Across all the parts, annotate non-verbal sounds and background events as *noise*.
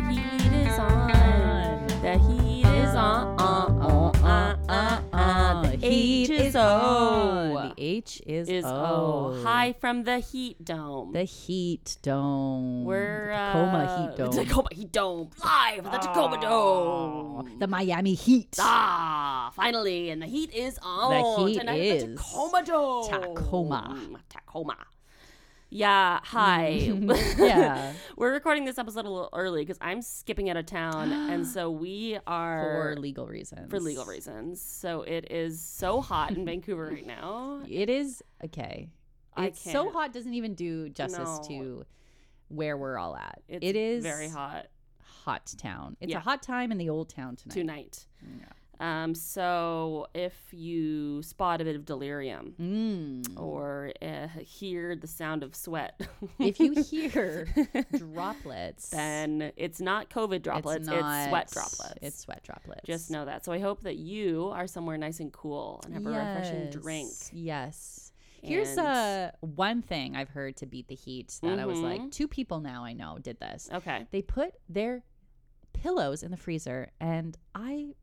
Uh, Ah, O. The H is, Is O. O. High from the heat dome. The heat dome. We're the Tacoma uh, heat dome. Ah. The Tacoma Heat Dome. Live at the Tacoma Dome. The Miami Heat. Ah, finally, and the heat is on. heat Tonight at the is Tacoma Dome. Tacoma. Mm, Tacoma. Yeah, hi. *laughs* *laughs* yeah. We're recording this episode a little early because I'm skipping out of town, *gasps* and so we are For legal reasons. for legal reasons. So it is so hot in Vancouver *laughs* right now. It is okay. I It's so can't. hot doesn't even do justice No. to where we're all at. It's it is very hot hot town. It's Yeah. a hot time in the old town tonight. tonight. Um, so if you spot a bit of delirium Mm. or uh, hear the sound of sweat, *laughs* if you hear droplets, then it's not COVID droplets, it's, not- sweat droplets. It's sweat droplets. just know that. So I hope that you are somewhere nice and cool and have a refreshing drink. Yes, Yes. Here's And- uh, one thing I've heard to beat the heat that I was like, Mhm. two people now I know did this. Okay. They put their pillows in the freezer, and I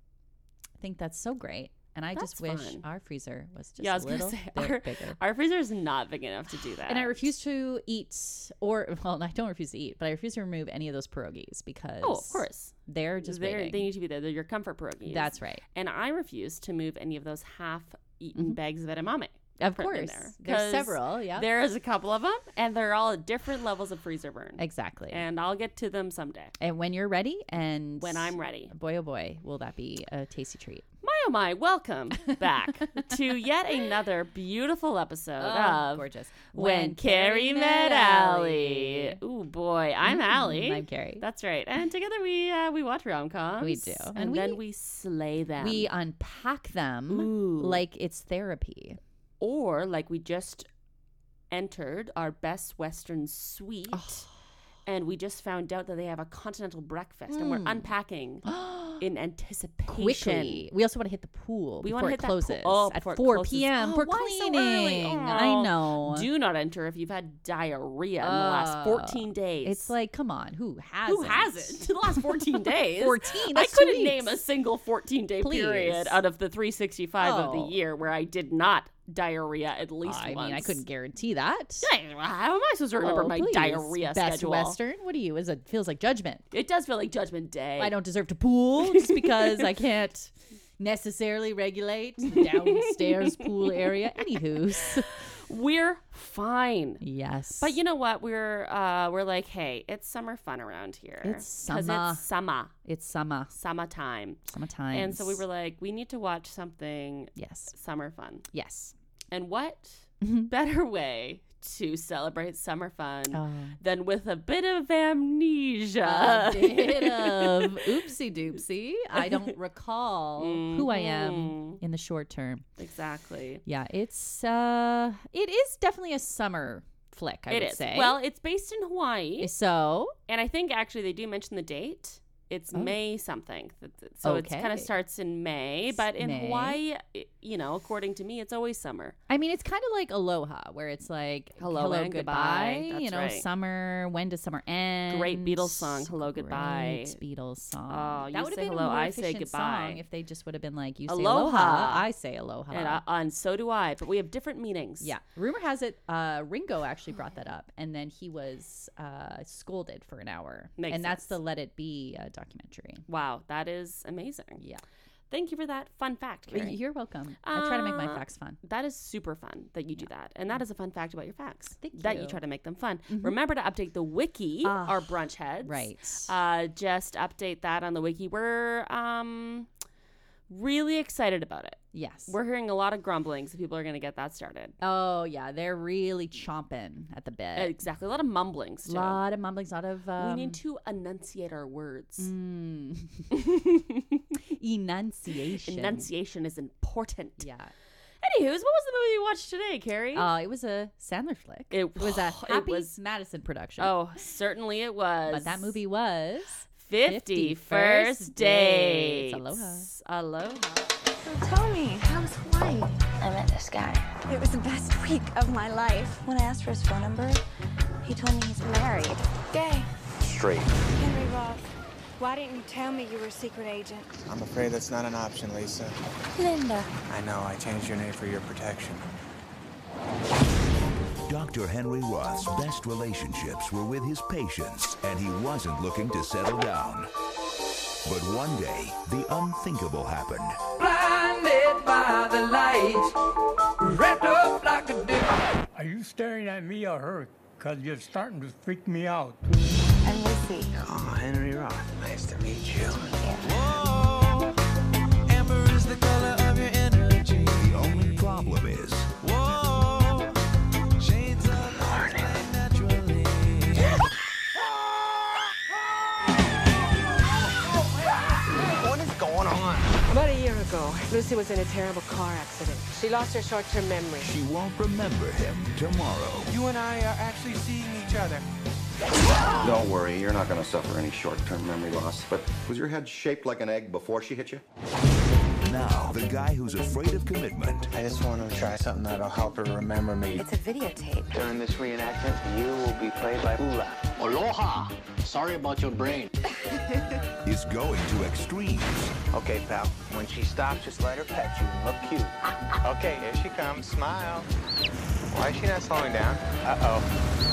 think that's so great. And I just wish That's fun. our freezer was just Yeah, I was a gonna little say, bit our- bigger. Our freezer is not big enough to do that. *sighs* And I refuse to eat, or *laughs* well, I don't refuse to eat, but I refuse to remove any of those pierogies because Oh, of course. they're just They're- waiting. they need to be there. They're your comfort pierogies. That's right. and I refuse to move any of those half-eaten Mm-hmm. bags of edamame. Of Put them in course, there, there's 'cause several. Yeah, There is a couple of them, and they're all at different levels of freezer burn. exactly. And And, I'll get to them someday when you're ready, and when I'm ready. boy oh boy, will that be a tasty treat? My oh my, welcome *laughs* back to yet another beautiful episode of Oh, gorgeous. Oh, When, Carrie Met Allie. Ooh boy, I'm Mm, Allie. Mm-hmm, I'm Carrie. That's right. And together we uh, we watch rom coms. We do. And, And then we- we slay them. we unpack them Ooh. like it's therapy. or like we just entered our best western suite *gasps* and we just found out that they have a continental breakfast and we're unpacking *gasps* in anticipation Quickly. We also want to hit the pool We before wanna it hit that pool- closes oh, at before it 4 closes. p.m. Oh, for why so cleaning. early? I Oh, know. do not enter if you've had diarrhea in the last 14 days it's like, come on, who has who hasn't in *laughs* the last 14 days 14. I that's couldn't sweet. name a single 14 day Please. period out of the 365 of Oh. the year where I did not diarrhea at least I once. mean, I couldn't guarantee that. *laughs* Hey, How am I supposed to remember Oh, my please. diarrhea Best schedule? Western. What are you? Is it feels like judgment. It does feel like Judgment Day. I don't deserve to *laughs* pool just because I can't necessarily regulate the downstairs pool area. Anywho's. *laughs* We're fine. Yes. But you know what? We're uh, we're like, hey, it's summer fun around here. It's 'Cause summer. It's summer, it's summer. summertime. Summertime. And so we were like, we need to watch something Yes. summer fun. Yes. And what Mm-hmm. better way to celebrate summer fun Oh. than with a bit of amnesia? *laughs* a bit of oopsie doopsie. I don't recall who I am Mm-hmm. in the short term. exactly. Yeah, it's uh it is definitely a summer flick, I It would is. say. Well, it's based in Hawaii. so And I think actually they do mention the date. It's May something. Th- th- So it kind Oh. Okay. of starts in May, but in May. Hawaii, i- you know, according to me, it's always summer. I mean, it's kind of like Aloha, where it's like Hello hello, and goodbye. goodbye. That's you know, right. summer. When does summer end? Great Beatles song, Hello, goodbye. Great Beatles Oh, song. you that would have say been hello, a more I say efficient goodbye. song if they just would have been like, you say Aloha. aloha, I say aloha. And, I, and so do I, but we have different meanings. Ah. yeah. Rumor has it, uh, Ringo actually brought that up, and then he was uh, scolded for an hour. Makes and that's sense. the Let It Be uh, documentary. Wow, that is amazing. Yeah. Thank you for that fun fact. Carrie. You're welcome. I try to make my Uh, facts fun. That is super fun that you do that. And that is a fun fact about your facts. Thank That you you. Mm-hmm. try to make them fun. Remember to update the wiki, Ah, our brunch heads. Right. Uh, just update that on the wiki. We're um, really excited about it. yes. We're hearing a lot of grumblings. So people are going to get that started. oh, yeah. They're really chomping at the bit. Exactly. A lot of mumblings, A too. lot of mumblings, a lot of um, we need to enunciate our words. mm, *laughs* enunciation. Enunciation is important. yeah. Anywho's, what was the movie you watched today, Carrie? Uh, it was a Sandler flick. It- was a it Happy was- Madison production. oh, certainly it was. but that movie was 51st Dates. 51st Dates. Aloha. Aloha. So tell me, How was Hawaii? I met this guy. It was the best *laughs* week of my life. When I asked for his phone number, he told me he's married. Gay. straight. Henry Roth. Why didn't you tell me you were a secret agent? I'm afraid that's not an option, Lisa. Linda. I know, I changed your name for your protection. Dr. Henry Roth's best relationships were with his patients, and he wasn't looking to settle down. But one day, the unthinkable happened. blinded by the light, wrapped up like a dick. Are you staring at me or her? Because you're starting to freak me out. And Lucy. Oh, Henry Roth. Nice to meet you. The only problem is, What is going on? About a year ago, Lucy was in a terrible car accident. She lost her short-term memory. she won't remember him tomorrow. You and I are actually seeing each other. Don't worry, you're not going to suffer any short term memory loss. But was your head shaped like an egg before she hit you? Now, the guy who's afraid of commitment I just want to try something that'll help her remember me. It's a videotape. During this reenactment, you will be played by Ula. Aloha! Sorry about your brain. is going to extremes. Okay, pal. When she stops, just let her pet you and look cute. *laughs* Okay, here she comes. Smile. Why is she not slowing down? Uh-oh.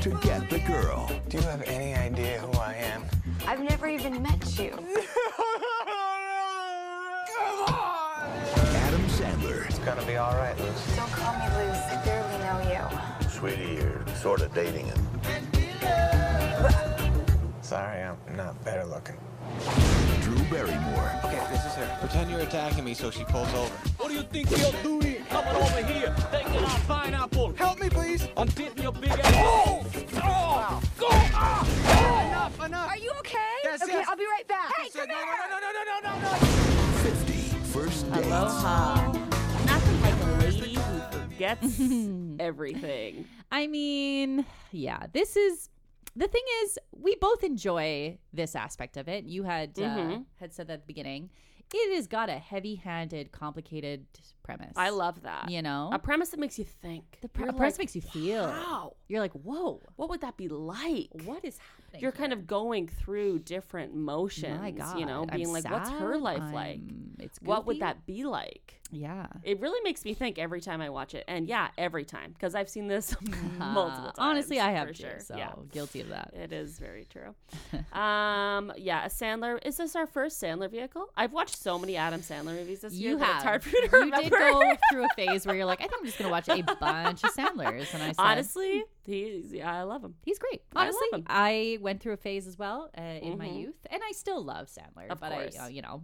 to get the girl. Do you have any idea who I am? I've never even met you. Come on! Adam Sandler It's gonna be all right, Lucy. Don't call me Luce. I barely know you. Sweetie, you're sort of dating him. Sorry, I'm not better looking. Drew Barrymore, Okay, this is her. Pretend you're attacking me so she pulls over. What do you think you're doing? Coming over here, taking our pineapple. Help me, please! I'm beating your big ass. Oh! Oh! Go! Ah! Enough, enough! Are you okay? Yes, okay, yes. I'll be right back. Hey, No, come no, here. no, no, no, no, no, no! 50, first date. Nothing like a lady who forgets *laughs* everything. I mean, yeah, this is the thing is we both enjoy this aspect of it. You had Mm-hmm. uh, had said that at the beginning. It has got a heavy-handed, complicated premise. I love that. You know? a premise that makes you think. the pre- You're a premise like, makes you feel. Wow, You're like, whoa, what would that be like? what is happening? You're kind of going through different here? motions. My God, you know, I'm being like, what's her sad, life like? I'm- It's What would goofy. that be like? Yeah. It really makes me think every time I watch it, and yeah, every time because I've seen this *laughs* multiple Uh, times. *laughs* honestly, I have for too, sure. so Yeah. guilty of that. It is very *laughs* true. um, yeah, a Sandler. Is this our first Sandler vehicle? I've watched so many Adam Sandler movies this year. You that have. It's hard *laughs* for me to you remember. did go through a phase where you're like, I think I'm just gonna watch a *laughs* bunch of Sandlers, and I said, Honestly, he's yeah, I love him. He's great. I love Honestly, him. Mm-hmm. I, went through a phase as well uh, in my youth, and I still love Sandler. Of but course. I, uh, you know,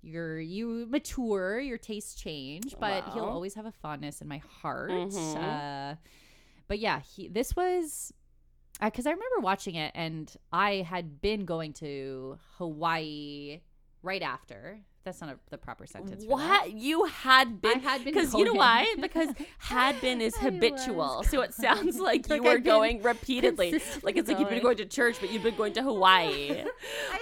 you're you mature, your tastes change, but he'll Well. always have a fondness in my heart. Mhm. Uh, but yeah, he this was because I remember watching it, and I had been going to Hawaii right after. That's not a, the proper sentence. for that. What you had been? *laughs* had been because you know going. why? Because had been *laughs* is I habitual, was so it sounds *laughs* like you Like were I've been going repeatedly. consistently Like it's like you've been going. going to church, but you've been going to *laughs* Hawaii. I've been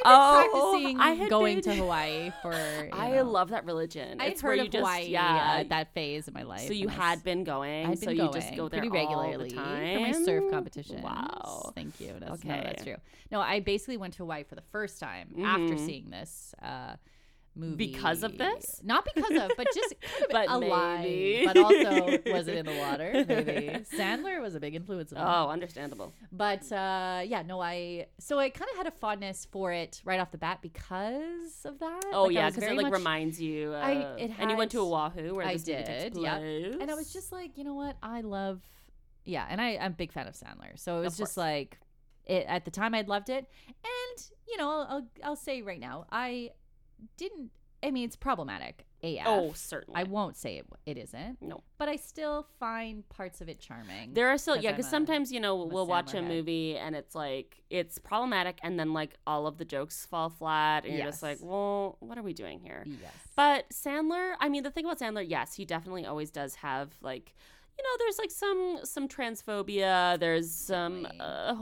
Oh, practicing I had going been- to *laughs* Hawaii for. you I know, love that religion. I had it's where heard you of just Hawaii yeah yeah, at that phase in my life. uh, So you and I had s- been going. I'd been so you just going go there pretty regularly all the time. for my surf competition. Wow. Thank you. That's, No, Okay. that's true. No, I basically went to Hawaii for the first time after Mhm. seeing this uh, movie Because of this? Not because of, but just kind *laughs* of But aligned. maybe. But also, was it in the *laughs* water? Maybe Sandler was a big influence. on me. Oh, understandable. But uh, yeah, no, I so I kind of had a fondness for it right off the bat because of that. Oh Like, I yeah, was because it very like much- reminds you. Uh, I- it and you went to had- Oahu where I this movie takes did, yep. place. and I was just like, you know what, I love, yeah, and I I'm a big fan of Sandler, so it was course. just like, it at the time I'd loved it, and you know I'll I'll, I'll say right now I didn't. I mean, it's problematic. AF. oh certainly. I Mm, won't say it, it isn't, no. but I still find parts of it charming. There are still 'cause yeah, I'm because a- sometimes you know I'm a we'll watch Sandler a head. movie and it's like it's problematic, and then like all of the jokes fall flat, and you're just like, Yes. well, what are we doing here? yes, But Sandler, I mean, the thing about Sandler, yes, he definitely always does have like, you know, there's like some some transphobia, there's some Definitely. uh,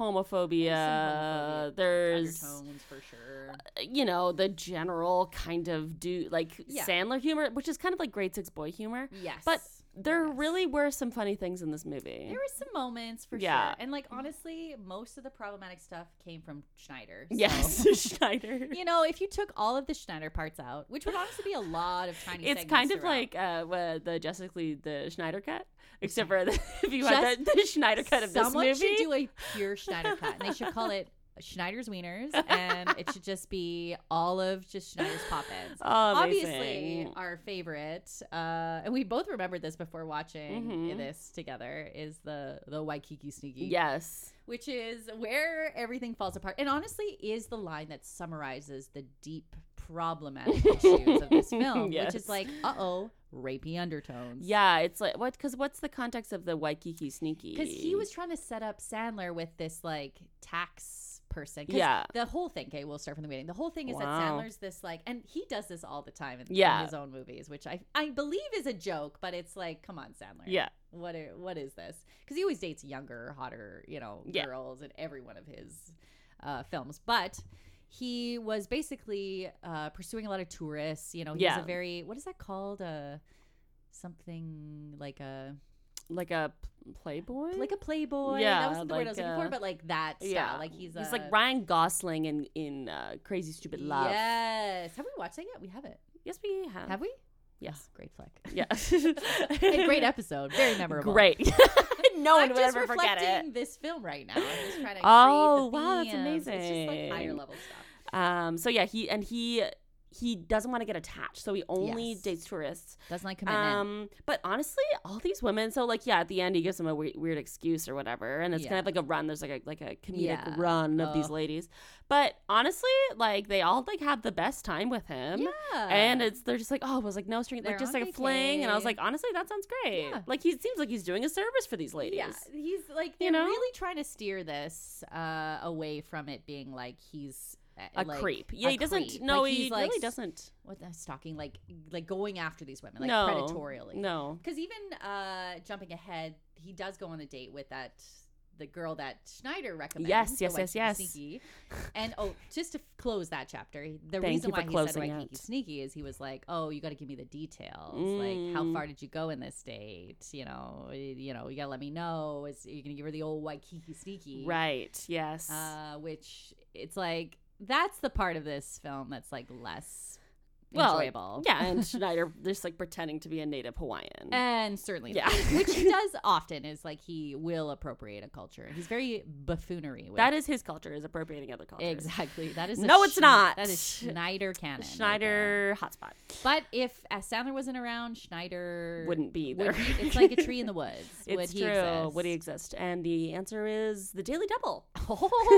homophobia, there's Uh, undertones for sure. you know the general kind of do like Yeah. Sandler humor, which is kind of like grade six boy humor. Yes, But There really were some funny things in this movie. There were some moments for Yeah. Mm-hmm. sure. And like honestly, most of the problematic stuff came from Schneider. so- Yes, *laughs* *laughs* Schneider. You know, if you took all of the Schneider parts out, which would honestly be a lot of tiny It's segments kind of throughout. like uh, wha- the Justice League, the Schneider cut, except for the, *laughs* if you had the, the Schneider cut of this someone movie. should do a pure Schneider cut, and they should call it Schneider's Wieners, and it should just be all of just Schneider's pop-ins. *laughs* Obviously, Amazing. our favorite, uh, and we both remembered this before watching Mhm. this together, is the the Waikiki Sneaky. yes. Which is where everything falls apart, and honestly, is the line that summarizes the deep problematic issues of this film, which Yes. is like, uh oh, rapey undertones. Yeah, it's like what? Because what's the context of the Waikiki sneaky? because he was trying to set up Sandler with this like tax person. 'Cause Yeah. the whole thing. Okay, we'll start from the beginning. The whole thing is that Wow. Sandler's this like, and he does this all the time in, in Yeah. his own movies, which I I believe is a joke, but it's like, come on, Sandler. Yeah. What are, what is this? Because he always dates younger, hotter, you know, Yeah. girls in every one of his uh, films, but. He was basically uh, pursuing a lot of tourists. You know, he was Yeah. a very what is that called? Uh, something like a like a p- playboy, like a playboy. Yeah, that wasn't the word I was like, looking uh, for, but like that style. Like he's he's a, like Ryan Gosling in in uh, Crazy Stupid Love. Yes, have we watched that yet? We haven't. Yes, we have. Have we? Yes. Great flick. *laughs* Yeah. And great episode. Very memorable. Great. *laughs* no one I'm would just ever forget reflecting it. this film right now. I'm just trying to. Oh, create the wow, that's themes. It's just like higher amazing. level stuff. Um. So yeah, he and he he doesn't want to get attached, so he only Yes. dates tourists. Doesn't like commitment. Um, but honestly, all these women. So like, yeah, at the end, he gives them a we- weird excuse or whatever, and it's kind of like a run. There's like a like a comedic Yeah. run of these Ugh. ladies. But honestly, like they all like have the best time with him. yeah. And it's they're just like oh it was like no string like They're just on like a fling and I was vacay. like honestly that sounds great Yeah. like he seems like he's doing a service for these ladies Yeah, he's like they're You know? really trying to steer this uh, away from it being like he's uh, a like, creep yeah a he doesn't creep. no Like, he he's, like, really s- doesn't what the stalking like like going after these women like no predatorially no because even uh jumping ahead he does go on a date with that the girl that Schneider recommends. Yes, the yes, yes, Waikiki yes. Sneaky. And oh, just to f- close that chapter, the Thank reason you for why he said closing Waikiki it. Sneaky is he was like, "Oh, you got to give me the details. Like, Mm. how far did you go in this date? You know, y- you know, you gotta let me know. Is are you gonna give her the old Waikiki Sneaky? right yes Uh, which it's like that's the part of this film that's like less well enjoyable. yeah *laughs* and Schneider just like pretending to be a native Hawaiian And certainly, Yeah. which *laughs* he does often is like he will appropriate a culture. He's very buffoonery. With That is his culture, is appropriating other cultures. *laughs* exactly that is a No, it's Schn- not. That is Schneider canon. right there. Schneider hotspot. but if uh, Sandler wasn't around, Schneider Wouldn't be would- there. it's like a tree *laughs* in the woods. It's would true. He exist? Would he exist? And the answer is the Daily *laughs* Double.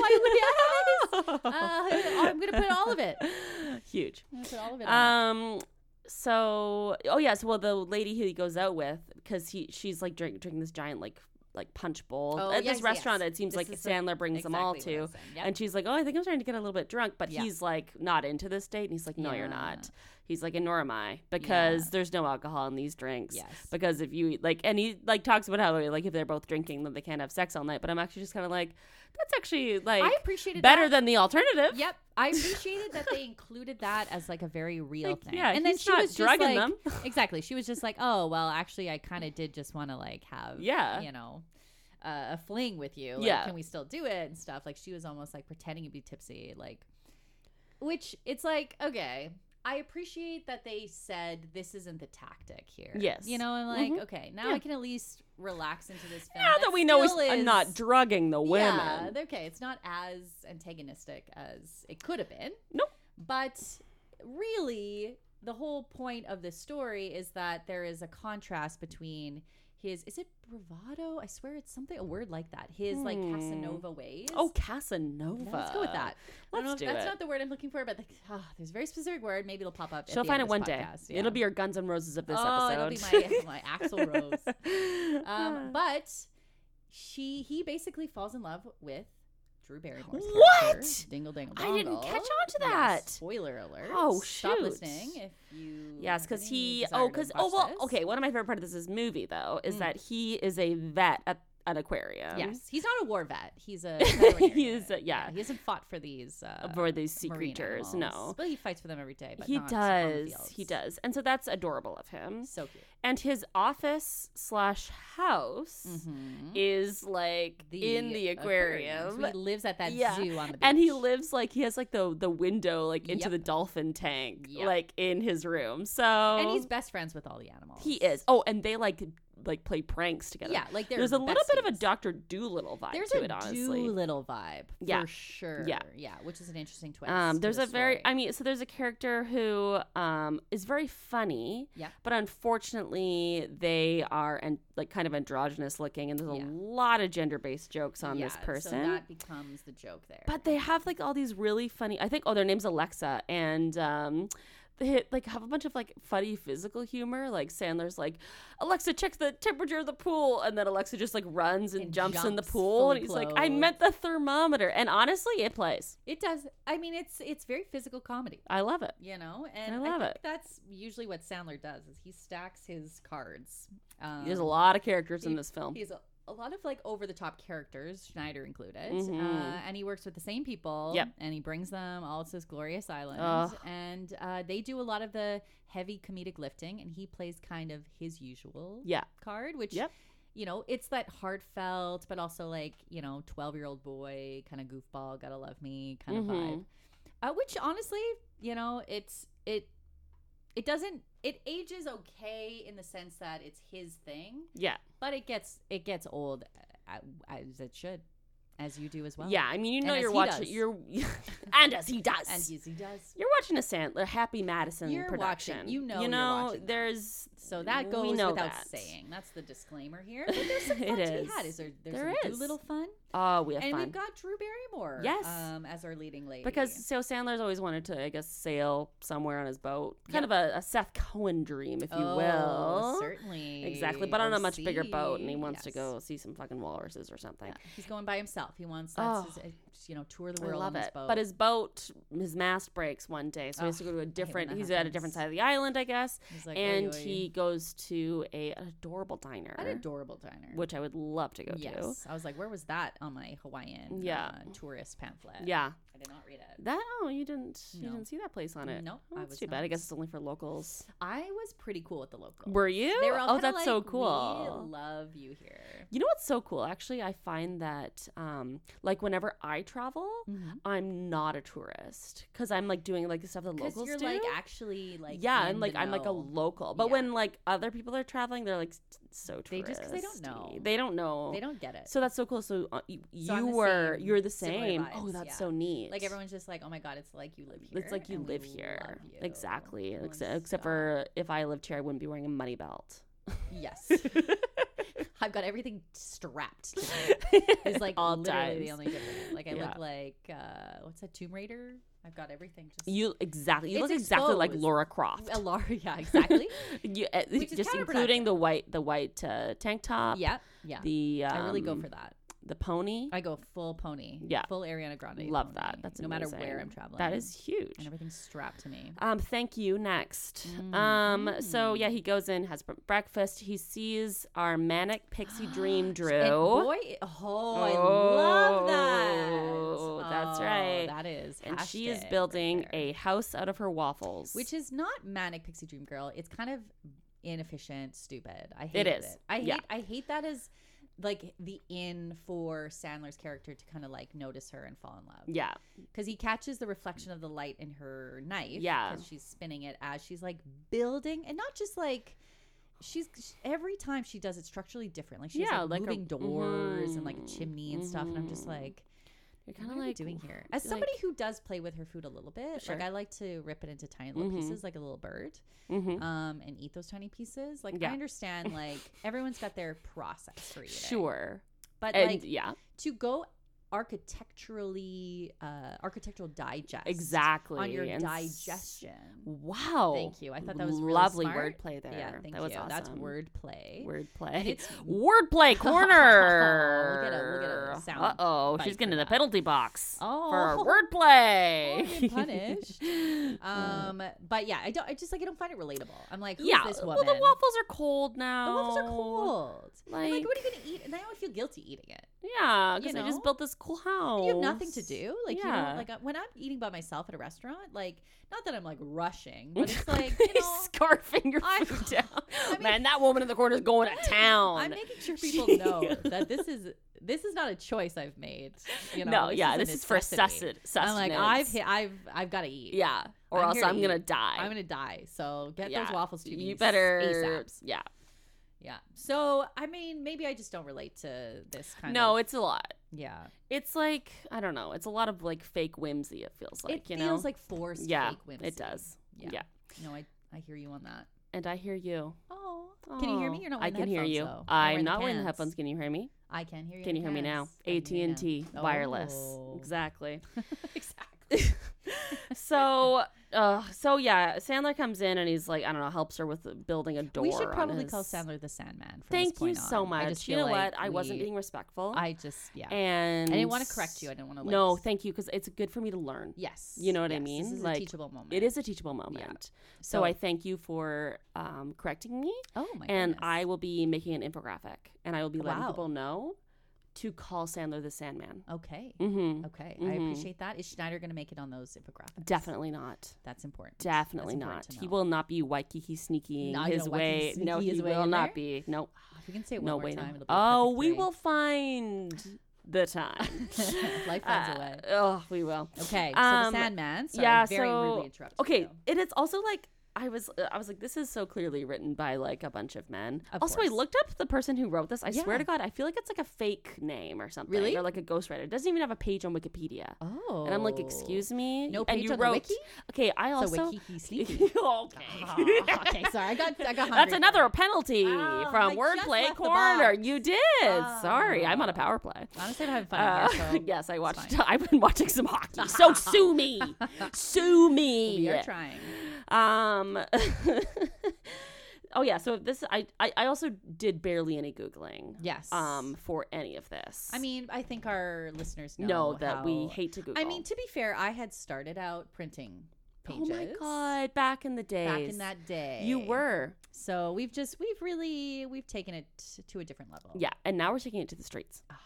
Oh, *laughs* I would. Yes. Uh, I'm gonna put all of it. I'm Huge. gonna *laughs* put all of it. on. Um. So, oh yes. Well, the lady who he goes out with, because he she's like drink, drinking this giant like like punch bowl Oh, at yes, this restaurant yes. that it seems This like is the- Sandler brings them all exactly what I to. was saying. Yep. And she's like, "Oh, I think I'm starting to get a little bit drunk," but Yeah. he's like, "Not into this date," and he's like, "No, Yeah. you're not." He's like, and nor am I, because Yeah. there's no alcohol in these drinks. Yes. Because if you like, and he like talks about how like if they're both drinking, then they can't have sex all night. But I'm actually just kind of like, that's actually like I appreciated better that. than the alternative. Yep, I appreciated that they included that as like *laughs* a very real Like, thing. yeah, and then he's she not was just drugging like, them. *laughs* *laughs* exactly. She was just like, oh well, actually, I kind of did just want to like have, Yeah. you know, uh, a fling with you. Like, Yeah. can we still do it and stuff? Like she was almost like pretending to be tipsy, like, which it's like okay. I appreciate that they said this isn't the tactic here. Yes. You know, I'm like, Mhm. okay, now Yeah. I can at least relax into this film. Now that we know he's still I'm not is- drugging the women. yeah, they're okay. It's not as antagonistic as it could have been. Nope. But really, the whole point of this story is that there is a contrast between his is it bravado? I swear it's something a word like that. His like Hmm. Casanova ways. Oh, Casanova. Let's go with that. I don't know Let's if do that's it. not the word I'm looking for, but like, ah, there's a very specific word. Maybe it'll pop up. at She'll the find end it of one this day. podcast. Yeah It'll be our Guns and Roses of this oh, episode. *laughs* it'll be my, my Axl Rose. Um, but she he basically falls in love with Drew Barrymore's character, What? Dingle Dingle. I didn't Dongle. catch on to Yeah, that. spoiler alert. Oh, Stop shoot. listening if you. Yes, have because any he desire oh to because watch oh well this. okay. One of my favorite parts of this movie though is Mm. that he is a vet at an aquarium. Yes, he's not a war vet. *laughs* He's a he's a, yeah. he hasn't fought for these uh, For these sea marine creatures, animals. no. But he fights for them every day. But he not on the does. He fields. does. And so that's adorable of him. So cute. And his office slash house Mm-hmm. is like in the aquarium. So He lives at that zoo on the beach. And he lives like he has like the the window like into Yep. the dolphin tank Yep. like in his room. So and he's best friends with all the animals. he is. Oh, and they like like play pranks together. Yeah, like, they're there's a little bit of a besties. Doctor Doolittle vibe There's to a it, honestly. Doolittle vibe Yeah. for sure. Yeah. yeah, which is an interesting twist. Um, to there's the a very, story. I mean, so there's a character who um, is very funny, Yeah. but unfortunately they are and like kind of androgynous looking, and there's Yeah. a lot of gender based jokes on this Yeah, person. So that becomes the joke there. but they have like all these really funny. I think oh, their name's Alexa, and um, they hit, like have a bunch of like funny physical humor. Like Sandler's like, Alexa, check the temperature of the pool, and then Alexa just like runs and, And jumps, in the jumps pool, fully and he's like, I meant the thermometer, and honestly, it plays. it does. I mean, it's it's very physical comedy. I love it. you know and I love think it. that's usually what sandler does is he stacks his cards um, There's a lot of characters in he- this film. he's a, a lot of like over-the-top characters schneider included Mhm. uh, and he works with the same people Yep. and he brings them all to this glorious island Ugh. and uh, they do a lot of the heavy comedic lifting and he plays kind of his usual Yeah. card which Yep. you know it's that heartfelt but also like you know 12 year old boy kind of goofball gotta love me kind of vibe Mhm. uh, which honestly you know it's it it doesn't it ages okay in the sense that it's his thing Yeah. but it gets it gets old uh, as it should as you do as well yeah. I mean, you and know, as you're he watching. does. *laughs* You're *laughs* and as he does. and he's, he does you're watching a Sandler, Happy Madison You're watching- production. you know You you're know. watching that. there's so that we goes know without that. saying that's the disclaimer here but there's some *laughs* fun It to be is. had is there there's There some is. little fun Oh, we have and fun. we've got drew barrymore Yes. um, as our leading lady because so Sandler's always wanted to, I guess, sail somewhere on his boat, kind of a, a Seth Cohen dream, if you Oh, will. certainly Exactly, but on a much bigger boat, and he OC, wants to yes. go see some fucking walruses or something. Yeah, He's going by himself. He wants Oh. that's his, uh, you know tour the I world. love on it. His boat. But his boat, his mast breaks one day, so he has to Ugh, go to I a hate when different. that He's at a happens. different side of the island, I guess. He's like, "Oy, and oy." he goes to a an adorable diner, an adorable diner. which I would love to go to. yes, I was like, where was that on my Hawaiian Yeah. uh, tourist pamphlet? Yeah, I did not read it. that. Oh, you didn't. You No. didn't see that place on it. Nope, Oh, I that's was too bad. I not. guess it's only for locals. I was pretty cool with the locals. Were you? They were all oh, kinda that's so like, cool. We love you here. You know what's so cool? Actually, I find that um, like whenever I travel, Mm-hmm. I'm not a tourist because I'm like doing like the stuff the Because locals you're do. like actually like yeah, in and like the I'm like a know. local. But Yeah. when like other people are traveling, they're like s- so They touristy. just- 'cause they don't know. They don't know. they don't get it. So that's so cool. So uh, y- you So I'm the were same, you're the similar same. vibes, oh, that's yeah. so neat. like everyone's just like, oh my god, it's like you live here. It's like you and we live love here. you." Exactly. And I'm Except, like, except for if I lived here, I wouldn't be wearing a money belt. *laughs* Yes. *laughs* I've got everything strapped. to me. It's like All literally the times. only difference. Like I Yeah. look like uh, what's that Tomb Raider? I've got everything just You exactly. You It's look exactly like exposed. Laura Croft. *laughs* a lar- *laughs* yeah, exactly. You, uh, Which is just including the white the white uh, tank top. yeah, yeah. The um, I really go for that. The pony. I go full pony. Yeah. full Ariana Grande. Love pony, that. That's no matter where amazing. I'm traveling. That is huge. and everything's strapped to me. Um, thank you. Next. Um, so Mm-hmm. yeah, he goes in, has br- breakfast. He sees our manic *gasps* pixie dream Drew. And boy, it- oh, I love that. Oh, that's Oh, right. That is, and she hashtag is right building there. a house out of her waffles. which is not manic pixie dream girl. It's kind of inefficient, stupid. I It hate it. is. I hate. Yeah. I hate that as like the in for Sandler's character to kind of like notice her and fall in love. yeah, because he catches the reflection of the light in her knife. Yeah. because she's spinning it as she's like building, and not just like. She's sh- every time she does it structurally different. Like she's Yeah, like a- like, mm-hmm. moving doors and like a chimney and stuff. And I'm just like, you're kind of kind of like doing here as like- somebody who does play with her food a little bit Sure. Mm-hmm. like i like to rip it into tiny little pieces like a little bird Mhm. um and eat those tiny pieces like Yeah. i understand like everyone's got their process for eating *laughs* Sure. but and like yeah, to go architecturally uh architectural digest exactly. on your and s- digestion Wow. thank you i thought that was really lovely smart. wordplay there. yeah thank that was you awesome. that's wordplay *laughs* Wordplay. it's- Wordplay Oh, corner. look at a look at a down. Uh oh, by she's getting in the penalty box for Oh. *laughs* wordplay. I've *laughs* been punished. um, but yeah, I don't. I just like I don't find it relatable. I'm like, who's yeah, this well, woman? the waffles are cold now. The waffles are cold. Like, Like- like, what are you gonna eat? And now I feel guilty eating it. Yeah, You because I know? just built this cool house. You have nothing to do. Like, you Yeah. *laughs* know, like uh, when I'm eating by myself at a restaurant, like, not that I'm like rushing, *laughs* but it's like, you know, scarfing your *laughs* I- food down. I mean- Man, that woman in the corner is going to town. *laughs* I'm making *laughs* sure people know that this is this is not a choice I've made. You know, No, yeah, a this is for necessity. susten- I'm like, sustenance. I've hit, I've I've got to eat. yeah, or else here to I'm gonna eat. die. I'm gonna die. So get Yeah, those waffles to me. You s- better. ASAPs. Yeah. Yeah. So I mean, maybe I just don't relate to this kind of. No, it's a lot. yeah. It's like I don't know. It's a lot of like fake whimsy. It feels like it you know. feels like forced. yeah, fake whimsy. it does. Yeah. Yeah. No, I I hear you on that. and I hear you. Oh, can you hear me? Oh, You're not. I Wearing the can hear headphones, you. though. You're I'm the not wearing the pants. headphones. Can you hear me? I can hear you. Can you hear me now? AT and T wireless. Oh. *laughs* Exactly. *laughs* Exactly. so, uh, so yeah, Sandler comes in and he's like, I don't know, helps her with building a door. we should on probably call his- Sandler the Sandman. From this Thank you point so on. much. I just you know feel what? like I wasn't we- being respectful. I just yeah. and I didn't want to correct you. I didn't want to. Like, no, s- thank you, because it's good for me to learn. Yes. You know what I yes, mean? This is Like, a teachable moment. It is a teachable moment. So, So- I thank you for um, correcting me. Oh my. and goodness. I will be making an infographic and I will be letting Wow. Oh, people know to call Sandler the Sandman. Okay. Mm-hmm. Okay. I Mhm. appreciate that. Is Schneider going to make it on those infographics? Definitely not. That's important. Definitely That's not. important to He know. will not be Waikiki sneaking Not his gonna way. Waikiki no, sneaky he his way will in not there? be. No, If you can say it *sighs* one no more way. no. time, it'll be a Oh, perfect we way. will *laughs* find the time. Life *laughs* finds a Uh, way. Oh, we will. Okay. So um, the Sandman. Sorry, yeah. very so rudely interrupted. okay, you. and it's also like I was, uh, I was like, this is so clearly written by like a bunch of men. Of also, I course. looked up the person who wrote this. I swear Yeah. to God, I feel like it's like a fake name or something, Really? or like a ghostwriter. It doesn't even have a page on Wikipedia. Oh. And I'm like, excuse me. No and page you on the wrote, wiki? Okay, I So also wiki sneaky. Ah, *laughs* okay. *laughs* okay. Sorry. I got. I *laughs* That's got. hungry. another penalty Oh, from I just Wordplay left the Corner. box. Oh. You did. Sorry, I'm on a power play. Honestly, I'm having *laughs* fun. Uh, in here, so yes, I it's watched. *laughs* fine. I've been watching some hockey. So sue me, sue me. We are trying. Um. *laughs* oh yeah. So this, I, I, I also did barely any googling. Yes. Um, for any of this. I mean, I think our listeners know, know that we how- hate to Google. I mean, to be fair, I had started out printing oh pages. my god, back in the days, Back in that day, you were. So we've just we've really we've taken it to a different level. Yeah, and now we're taking it to the streets. Ah,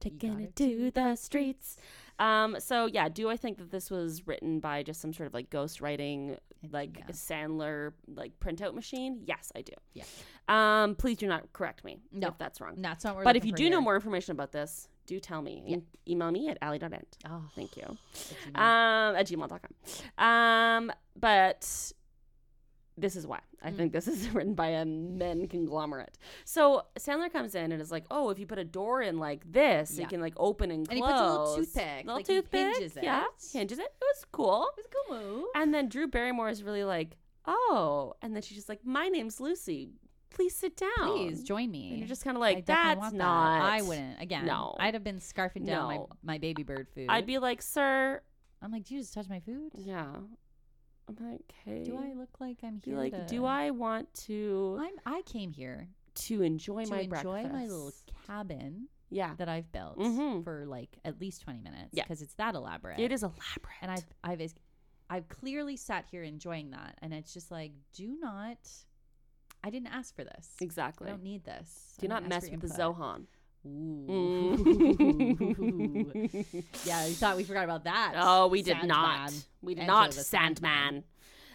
taking got it it. to the streets. Um, so yeah, do I think that this was written by just some sort of like ghostwriting, like yeah. Sandler, like printout machine? Yes, I do. Yeah. Um, please do not correct me No. if that's wrong. that's not. What we're but if looking you for do know here. more information about this, do tell me. You can Email me at ally.ent. Oh, Thank you. that's even- Um, at gmail.com. Um, but this is why I Mm. think this is *laughs* written by a men conglomerate. So Sandler comes in and is like, "Oh, if you put a door in like this, Yeah. it can like open and And he close." puts a little toothpick, little like, he toothpick, hinges it. yeah, hinges it. It was cool. It's a cool move. And then Drew Barrymore is really like, "Oh," and then she's just like, "My name's Lucy. Please sit down. Please join me. And you're just kind of I like, definitely "That's want that. not." I wouldn't. Again, No. I'd have been scarfing down No. my, my baby bird food. I'd be like, "Sir, I'm like, do you just touch my food? yeah." I'm like, "Hey." Do I look like I'm Be here? like, to- do I want to I'm. I came here to enjoy to my enjoy breakfast? my little cabin yeah. that I've built Mhm. for like at least 20 minutes Yeah. because it's that elaborate. It is elaborate. And I've I've is- I've clearly sat here enjoying that and it's just like do not I didn't ask for this. I exactly. don't need this. Do I not didn't ask mess for with the input. Zohan. *laughs* Ooh. Mm. yeah, you thought we forgot about that. oh, we did not. Sandman. We did Enter not, the Sandman.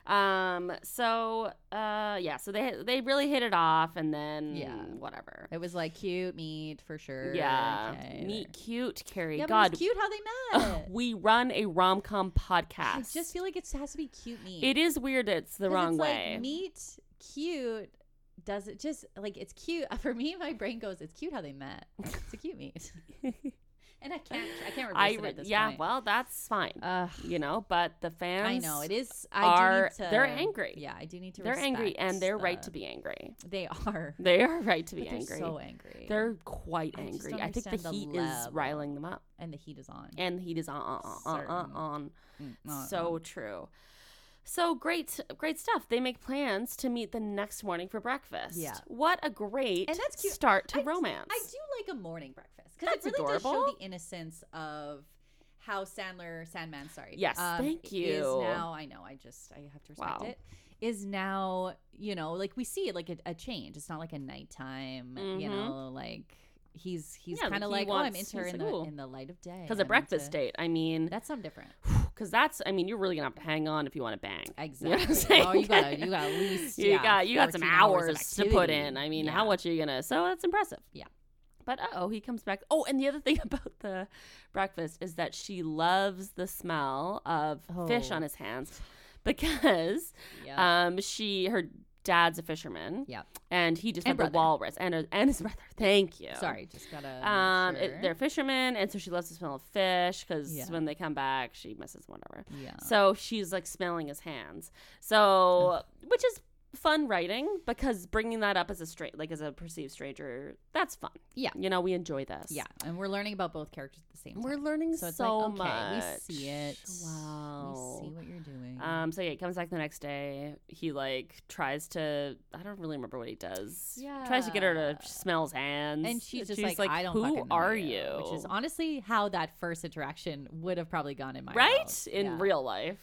Um. So, uh, yeah. So they they really hit it off, and then Yeah. whatever. It was like cute meat for sure. Yeah. Okay, Meet cute Carrie. Yeah, but God, it *laughs* was cute how they met. we run a rom com podcast. I just feel like it has to be cute meat. it is weird. that It's the 'Cause wrong it's way. Like meet cute. Does it just like it's cute *laughs* for me? My brain goes, it's cute how they met. It's a *laughs* cute meet, and I can't, I can't reverse I it re- at this yeah. point. Well, that's fine. Ugh. you know, but the fans. I know it is. I are- do need to, they're angry. Yeah, I do need to. They're angry, and respect they're right the- to be angry. They are. They are *laughs* right to be But angry. They're so angry. They're quite I just angry. don't I, think the understand the heat is riling them up, and the heat is on. uh, and the heat is on, on, on, on, Mm, on. on, So on. true. So great, great stuff. They make plans to meet the next morning for breakfast. Yeah. What a great And that's cute. start to I- romance. I do like a morning breakfast because it That's really does adorable. show the innocence of how Sandler, Sandman, sorry, um, Yes, thank Is you. now I know I just I have to respect Wow. it. Is now you know like we see like a, a change. It's not like a nighttime. Mhm. You know like he's he's Yeah, kind of he like oh I'm wants- into her he's in like, the "Ooh." in the light of day Because a I'm into-" breakfast date, I mean, That's *laughs* something different. because that's, I mean, you're really gonna have to hang on if you want to bang. You know what I'm Exactly. Oh, you saying? gotta- *laughs* you gotta at least, you yeah, got you got some 14 hours of hours, to put activity. in. I mean, Yeah. how much are you gonna? So that's impressive. Yeah. But uh oh, he comes back. Oh, and the other thing *laughs* about the breakfast is that she loves the smell of fish Oh. on his hands because Yeah. um she her dad's a fisherman. Yep. And he just And had the brother. walrus and her, and his brother. Thank you. Sorry, just gotta. make Um, it- sure. they're fishermen, and so she loves the smell of fish because Yeah. when they come back, she misses whatever. Yeah. So she's like smelling his hands. So, which is fun writing because bringing that up as a straight, like as a perceived stranger, that's fun. Yeah. You know, we enjoy this. Yeah, and we're learning about both characters at the same time. We're learning so it's so like, okay, much. We see it. Wow. We see what you're doing. Um, so yeah, he comes back the next day. He like tries to I don't really remember what he does. Tries to get her Yeah. to smell his hands. and she's just like, I don't. Who fucking know are you? you? Which is honestly how that first interaction would have probably gone in my right? mouth. In Yeah. real life.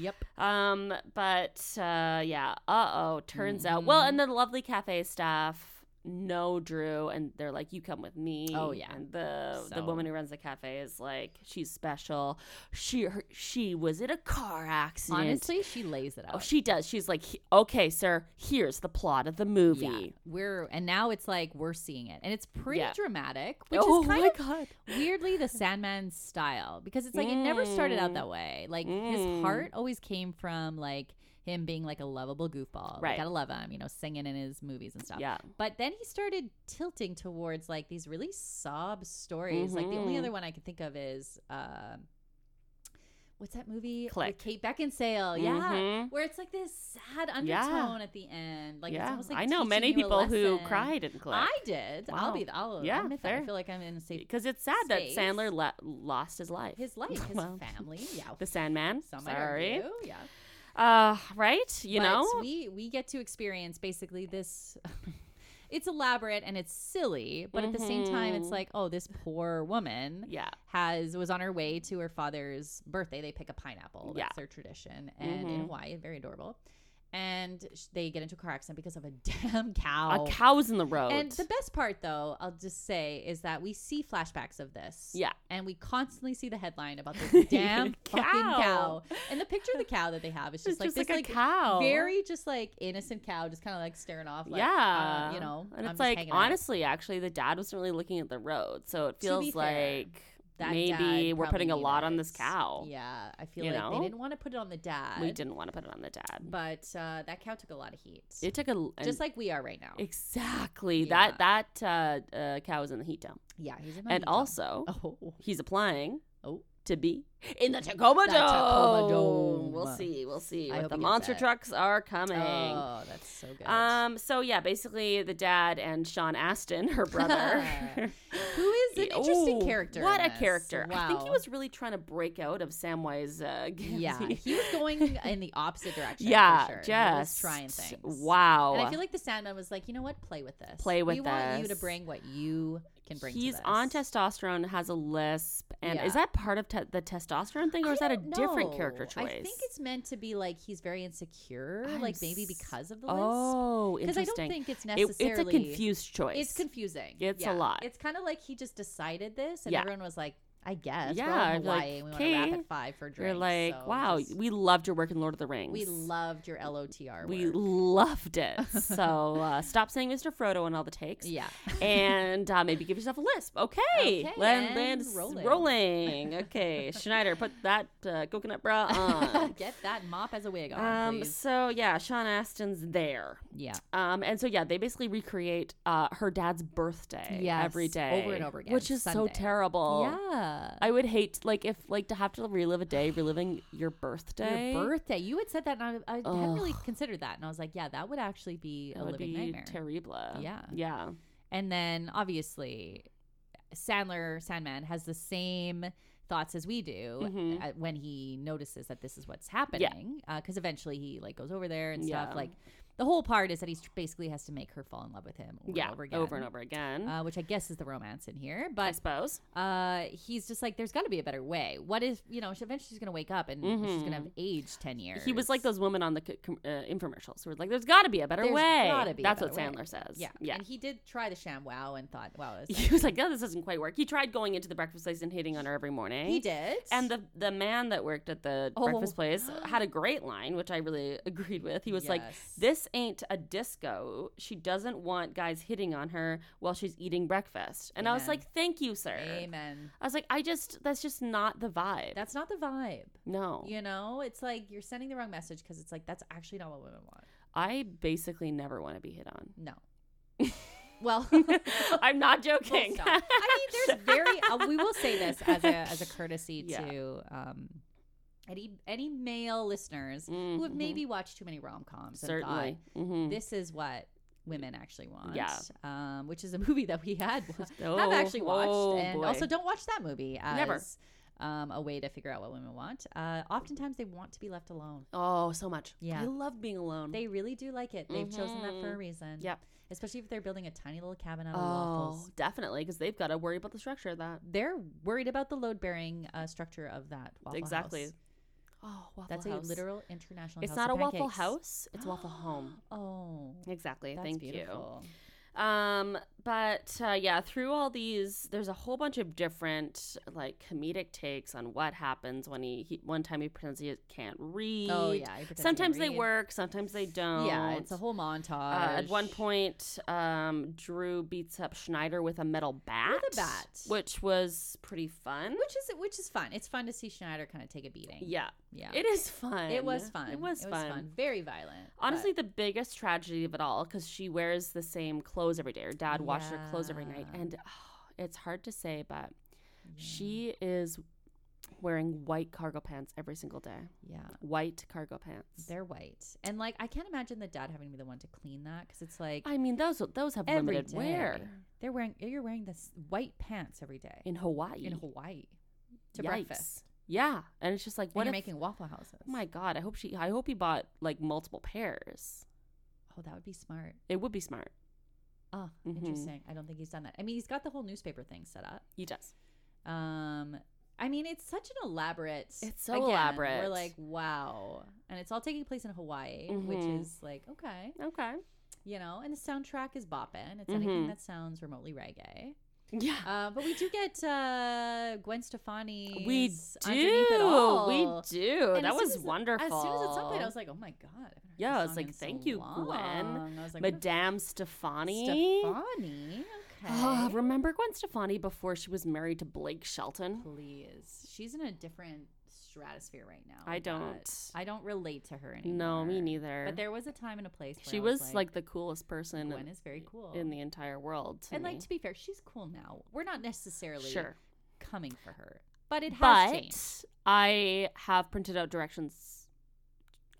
Yep. Um, but uh, yeah, uh oh, turns out. Well, Mm-hmm. and the lovely cafe staff know Drew, and they're like, "You come with me." Oh, yeah. and the the So- woman who runs the cafe is like, "She's special. She her, she was in a car accident." Honestly, she lays it out. Oh, she does. She's like, "He- "Okay, sir, here's the plot of the movie." yeah, we're and now it's like we're seeing it, and it's pretty Yeah. dramatic, which oh is kind my of god! weirdly the Sandman style because it's like it never started out Mm. that way. Like his heart always came from like him being like a lovable goofball. Right. Right. Gotta love him, you know, singing in his movies and stuff. Yeah. But then he started tilting towards like these really sob stories. Like the only Mhm. other one I can think of is um What's that movie? with Click. Kate Beckinsale. Yeah. Mhm. Where it's like this sad Yeah. undertone at the end. Like it's yeah, almost like I know teaching many you a people who lesson. cried in Click. I did. I'll Wow. be. I'll Yeah, admit that. I fair. feel like I'm in a safe because it's sad space. that Sandler le- lost his life. *laughs* his life, his Well, family. *laughs* Yeah. The Sandman. Some might Sorry. argue, yeah. Uh, right? You But know? we we get to experience basically this. *laughs* it's elaborate and it's silly, but at the same time, it's Mhm. like, oh, this poor woman yeah. has was on her way to her father's birthday. They pick a pineapple. That's Yeah. their tradition, and in Mhm. Hawaii, very adorable. And sh- they get into a car accident because of a *laughs* damn cow. A cow's in the road. And the best part, though, I'll just say, is that we see flashbacks of this. Yeah. And we constantly see the *laughs* headline about this damn fucking cow. Cow. And the picture of the cow that they have is just It's like just this, like a cow. very just like innocent cow, just kind of like staring off. Like, yeah. uh, you know, And it's I'm just like, hanging out. honestly, actually, the dad wasn't really looking at the road. So it be feels fair, like That maybe dad we're putting a probably lot on needed this it. cow. Yeah, I feel You like they know? didn't want to put it on the dad. We didn't want to put it on the dad. but uh, that cow took a lot of heat, it took a. just like we are right now. Exactly. Yeah. That that uh, uh, cow is in the heat dome. yeah, he's in my And heat dome. also, *laughs* oh, he's applying oh, to be in the Tacoma The Dome. Tacoma Dome. We'll see. We'll see. I what hope the he gets monster it. trucks are coming. oh, that's so good. Um. So yeah, basically the dad and Sean Astin, her brother, *laughs* *laughs* Who is an interesting Ooh, character. What in a this. character! I think he Wow. was really trying to break out of Samwise. Uh, *laughs* Gamgee. Yeah, he was going in the opposite direction. yeah, for sure. he was just trying things. Wow. And I feel like the Sandman was like, you know what? Play with this. Play with we want you to this. bring what you can bring. He's to this. on testosterone, has a lisp, and Yeah. is that part of te- the testosterone thing, or I is that a don't different know. character choice? I think it's meant to be like he's very insecure, I'm like maybe s- because of the lisp. oh, I don't interesting. think it's It- it's a necessarily- confused choice. It's confusing. It's a Yeah. lot. It's kind of like he just decided this, and Yeah. everyone was like, "I guess we're all Yeah, in like, Hawaii, and we want to wrap okay. at five for drinks." You're like, so wow, just- we loved your work in Lord of the Rings. we loved your LOTR. we *laughs* work. loved *laughs* it. So uh, stop saying Mr. Frodo in all the takes. yeah. and uh, maybe give yourself a lisp. Okay. Okay, Land, and land s- rolling. rolling. *laughs* Okay. Schneider, put that uh, coconut bra on. Get that mop as a wig on, Um, please. so yeah, Sean Astin's there. yeah. Um, and so yeah, they basically recreate uh, her dad's birthday Yes, every day over and over again, which is so Sunday. terrible. yeah. I would hate like if like to have to relive a day reliving your birthday. Your birthday. You had said that, and I, I hadn't really considered that. And I was like, yeah, that would actually be That a would living be nightmare. terrible. Yeah. Yeah. and then obviously, Sandler Sandman has the same thoughts as we do Mhm. uh, when he notices that this is what's happening. Because eventually he like goes over there and Yeah. stuff. Like the whole part is that he basically has to make her fall in love with him. Over yeah, and over again. over and over again. Uh, which I guess is the romance in here, but I suppose uh, he's just like, there's got to be a better way. What if you know? she- Eventually, she's gonna wake up and she's Mhm. gonna have aged ten years. he was like those women on the c- com- uh, infomercials who were like, "There's got to be a better There's way." gotta be a That's better what way. Sandler says. Yeah. yeah. And he did try the sham wow and thought, wow, *laughs* it's he was like, "Yeah, this doesn't quite work." He tried going into the breakfast place and hitting on her every morning. He did. And the the man that worked at the Oh. breakfast *gasps* place had a great line, which I really *laughs* agreed with. He was like, Yes. "This ain't a disco. She doesn't want guys hitting on her while she's eating breakfast." And I was Amen. like, "Thank you, sir." amen. I was like, "I just that's just not the vibe." That's not the vibe. no. You know, it's like you're sending the wrong message because it's like that's actually not what women want. I basically never want to be hit on. *laughs* No. *laughs* Well, I'm not Full joking. *laughs* stop. I mean, there's very. Uh, we will say this as a as a courtesy *laughs* Yeah. to um, any any male listeners who have Mhm. maybe watched too many rom coms. Certainly. Mhm. this is what women actually want. Yeah. um, which is a movie that we had *laughs* Oh, have actually watched, oh, and boy. also don't watch that movie. As, Never. Um, a way to figure out what women want. Uh, oftentimes, they want to be left alone. Oh, so much. Yeah. I love being alone. They really do like it. They've chosen that for a Mhm. reason. Yep. Especially if they're building a tiny little cabin out of oh, waffles. definitely, because they've got to worry about the structure of that. they're worried about the load bearing uh, structure of that waffle exactly. House. Oh, waffle That's house. a literal international. It's House not a of waffle Pancakes. house. It's waffle *gasps* home. Oh, Exactly. that's Thank beautiful. you. Um, but uh, yeah, through all these, there's a whole bunch of different like comedic takes on what happens when he, he one time he pretends he can't read. Oh, yeah, he pretends he can't Sometimes they read. work. Sometimes they don't. Yeah, it's a whole montage. Uh, at one point, um, Drew beats up Schneider with a metal bat. With a bat. which was pretty fun. which is which is fun. It's fun to see Schneider kind of take a beating. yeah, yeah. it is fun. It was fun. It was, fun. Very violent. Honestly, the biggest tragedy of it all because she wears the same clothes every day. Her dad washes her clothes every night, Yeah. and oh, it's hard to say, but she Mm. is wearing white cargo pants every single day. but- yeah, White cargo pants. they're white, and like I can't imagine the dad having to be the one to clean that because it's like I mean, those those have every limited day. wear They're wearing you're wearing this white pants every day in Hawaii. in Hawaii to Yikes. breakfast. Yeah, and it's just like What what and if, you're making waffle houses? Oh my god, I hope she I hope he bought like multiple pairs. Oh, that would be smart. It would be smart. Ah, Mhm. interesting. I don't think he's done that. I mean, he's got the whole newspaper thing set up. He does. Um, I mean, it's such an elaborate. It's so again, We're elaborate. like, wow, and it's all taking place in Hawaii, Mhm. which is like, okay, Okay. you know. And the soundtrack is bopping. It's anything Mhm. that sounds remotely reggae. Yeah. Uh, but we do get uh, Gwen Stefani. we do. Underneath it all. We do. And that as soon was as- wonderful. As soon as at some point, I was like, oh my god. I haven't heard Yeah, this I was song like, in so thank you, long. Gwen. I was like, what a- Madame Stefani. Stefani. Okay. Oh, remember Gwen Stefani before she was married to Blake Shelton? please. She's in a different stratosphere right now. I with don't- that. I don't relate to her anymore. No, me neither. But there was a time and a place. Where she I was was, like, the coolest person Gwen is very cool. in the entire world. To and me. like to be fair, she's cool now. We're not necessarily Sure. coming for her, but it has but changed. I have printed out directions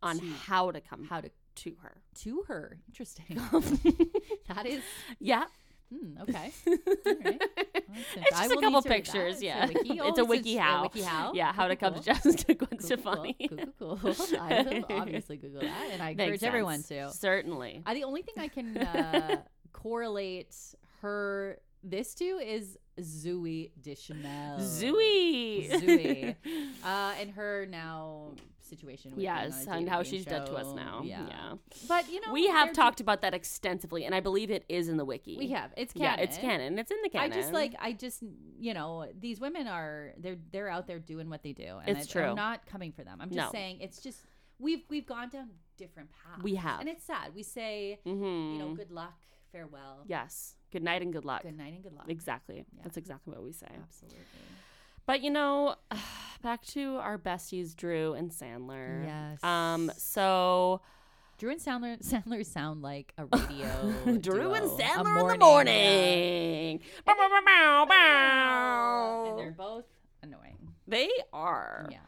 on To- how to come how to- to her. To her, interesting. that is *laughs* Yeah. hmm, *laughs* okay. All right. It's just a couple will need to read that. pictures, It's a yeah. wiki. *laughs* Oh, it's a wiki how. wiki how. Yeah, how Okay, to come cool. to justice *laughs* to Gwen Google, Stefani. *laughs* Google, Google. I will obviously Google that, and I Makes encourage everyone to. sense. Certainly. Uh, the only thing I *laughs* can uh, correlate her this to is Zooey Deschanel. Zooey. *laughs* Zooey. Uh, and her now situation. With Yes, being on a and how dating she's dead to us show. now. Yeah. Yeah. But, you know, we have they're talked about that extensively, and I believe it is in the wiki. We have. It's Yeah, it's canon. It's in the canon. I just like I just you know these women are they're they're out there doing what they do and It's I, true. I'm not coming for them. I'm just No. saying it's just we've we've gone down different paths. We have. and it's sad. We say Mhm. you know good luck, farewell, Yes. Good night and good luck. good night and good luck. Exactly. Yeah. That's exactly what we say. Absolutely. But you know, *sighs* back to our besties, Drew and Sandler. Yes. Um. So Drew and Sandler *laughs* Sandler sound like a radio. *laughs* Drew and duo, a Sandler in the morning, yeah. morning. Bow, bow, bow, bow, And bow. they're both annoying. They are. Yeah.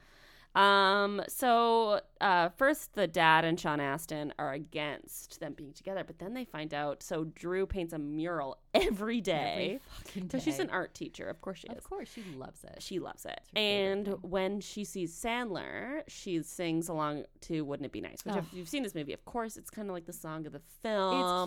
Um, so uh, first, the dad and Sean Astin are against them being together, but then they find out. So Drew paints a mural *laughs* every day. fucking so she's day. an art teacher, of course she is. Of course, she loves it. She loves it. And when she sees Sandler, she sings along to Wouldn't It Be Nice, which Oh. if you've seen this movie, of course, it's kind of like the song of the film. A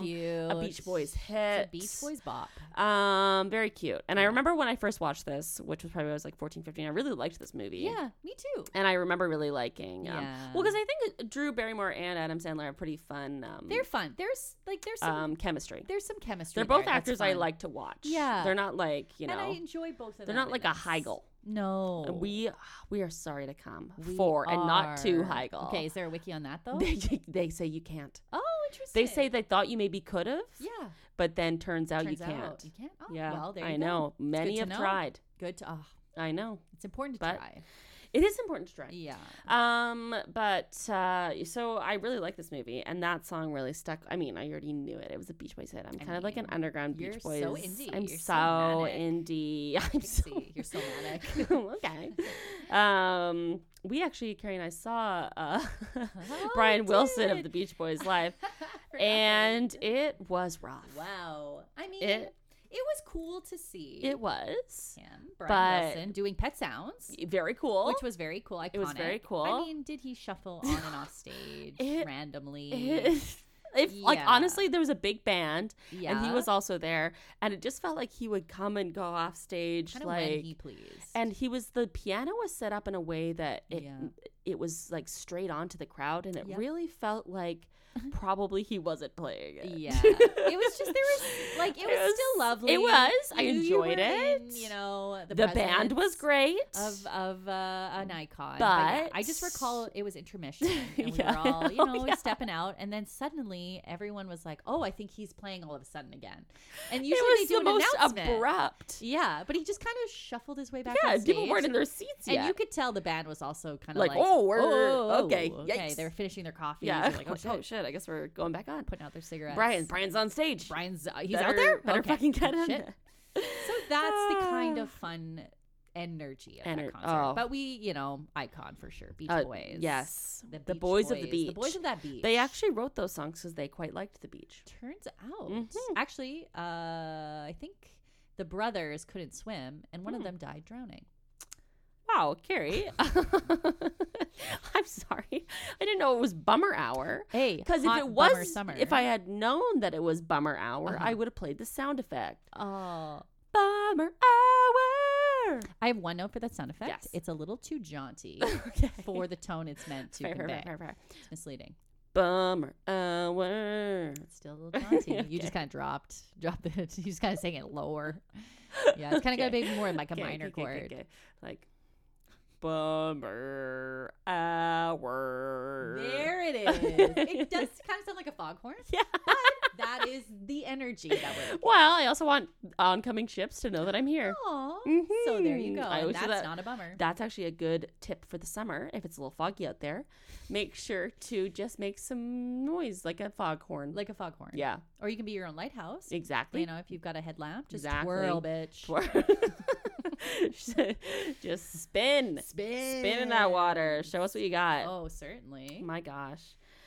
Beach cute. Boys It's hit. a Beach Boys bop. Um, very cute. And I remember when I first watched this, which was probably when I was like 14, 15, I really liked this movie. Yeah, me too. And I remember really liking. Um, Yeah. Well, because I think Drew Barrymore and Adam Sandler have pretty fun. Um, They're fun. There's like there's some um, chemistry. there's some chemistry. They're both there. That's actors I fun. like to watch. Yeah. They're not like you and I know. enjoy both of them. They're not in like a this. Heigl. No, And we we are sorry to come We for and not to are. Heigl. Okay, is there a wiki on that *laughs* though? They, they say you can't. *laughs* oh, interesting. They say they thought you maybe could have. yeah. But then turns out you Turns out can't. you can't. Oh, yeah. well, there I you go. know. It's good Many to have know. tried. Good to. Oh, I know. it's important to But- try. It is important to try. *laughs* Yeah. Um, but uh, so I really like this movie, and that song really stuck. I mean, I already knew it. It was a Beach Boys hit. I'm kind of like an mean, underground you're Beach so Boys. indie. I'm You're so so manic. indie. *laughs* I'm I so see. You're so *laughs* manic. okay. Um, we actually, Carrie and I saw uh, *laughs* Brian you Wilson of Oh, did. the Beach *laughs* Boys live, and it was rough. Wow. I mean, It- it, was cool to see It was him, Brian Wilson, doing Pet Sounds, very cool. which was very cool. Iconic. was very I cool. mean, did he shuffle on and off stage *laughs* It- *laughs* randomly? if like Yeah. honestly there was a big band and he Yeah. was also there and it just felt like he would come and go off stage kind of like when he pleased. *laughs* and he was the piano was set up in a way that it Yeah. it was like straight onto the crowd and it Yep. really felt *laughs* like probably he wasn't playing it. *laughs* yeah, it was just there was like it, It was, was- it still lovely. was. I You knew you enjoyed were in, it. you know, the, the, band was presence great Of of uh, an icon, yeah, But- I just recall it *laughs* was intermission, and we Yeah. were all you Oh, know yeah. stepping out, and then suddenly everyone was like, "Oh, I think he's playing all of a sudden again," and usually it was they do the an most announcement. abrupt Yeah, but he just kind of shuffled his way back. yeah on people weren't stage. in their seats And yet you could tell the band was also kind of Like, like, "Oh, we're- okay, okay. yikes." They're finishing their coffee. yeah *laughs* like, oh, shit. i guess we're going back on putting out their cigarettes. brian brian's on stage Brian's uh, he's Better- out there. Oh, better fucking get him. Shit. So that's the *sighs* kind Ah. of fun energy of Ener- that concert. oh. But we, you know, icon for sure. Beach Uh, Boys. yes. the, The Beach Boys of the The Beach. boys of that beach. They actually wrote those songs because they quite liked the beach. turns out Mhm. actually, uh, I think the brothers couldn't swim, and Hmm. one of them died drowning. Wow, *laughs* Carrie. *laughs* I'm sorry. I didn't know it was bummer hour. Hey, Because if hot it bummer was, summer. Uh-huh. if I had known that it was bummer hour, I would have played the sound effect. Oh, Bummer hour. I have one note for that sound effect. Yes. It's a little too jaunty *laughs* Okay. for the tone it's meant to Fair, fair, convey. fair, fair, fair. It's misleading. Bummer hour. It's still a *laughs* little jaunty. You just kind of dropped, *laughs* dropped it. You just kind of sang it lower. Yeah, it's kind of got to be more like a Okay, minor okay, okay, chord. okay. Like bummer hour. *laughs* There it is. it does kind of sound like a foghorn. Yeah. But that is the energy that we're. Well, I also want oncoming ships to know that I'm here. Aw. So there you Mhm. go. I And always that's do that. not a bummer. That's actually a good tip for the summer. If it's a little foggy out there, make sure to just make some noise like a foghorn. like a foghorn. yeah, Or you can be your own lighthouse. exactly. *laughs* You know, if you've got a headlamp, just Exactly. twirl, bitch. *laughs* just spin, Spin. spin in that water. Show us what you got. Oh, certainly. My gosh.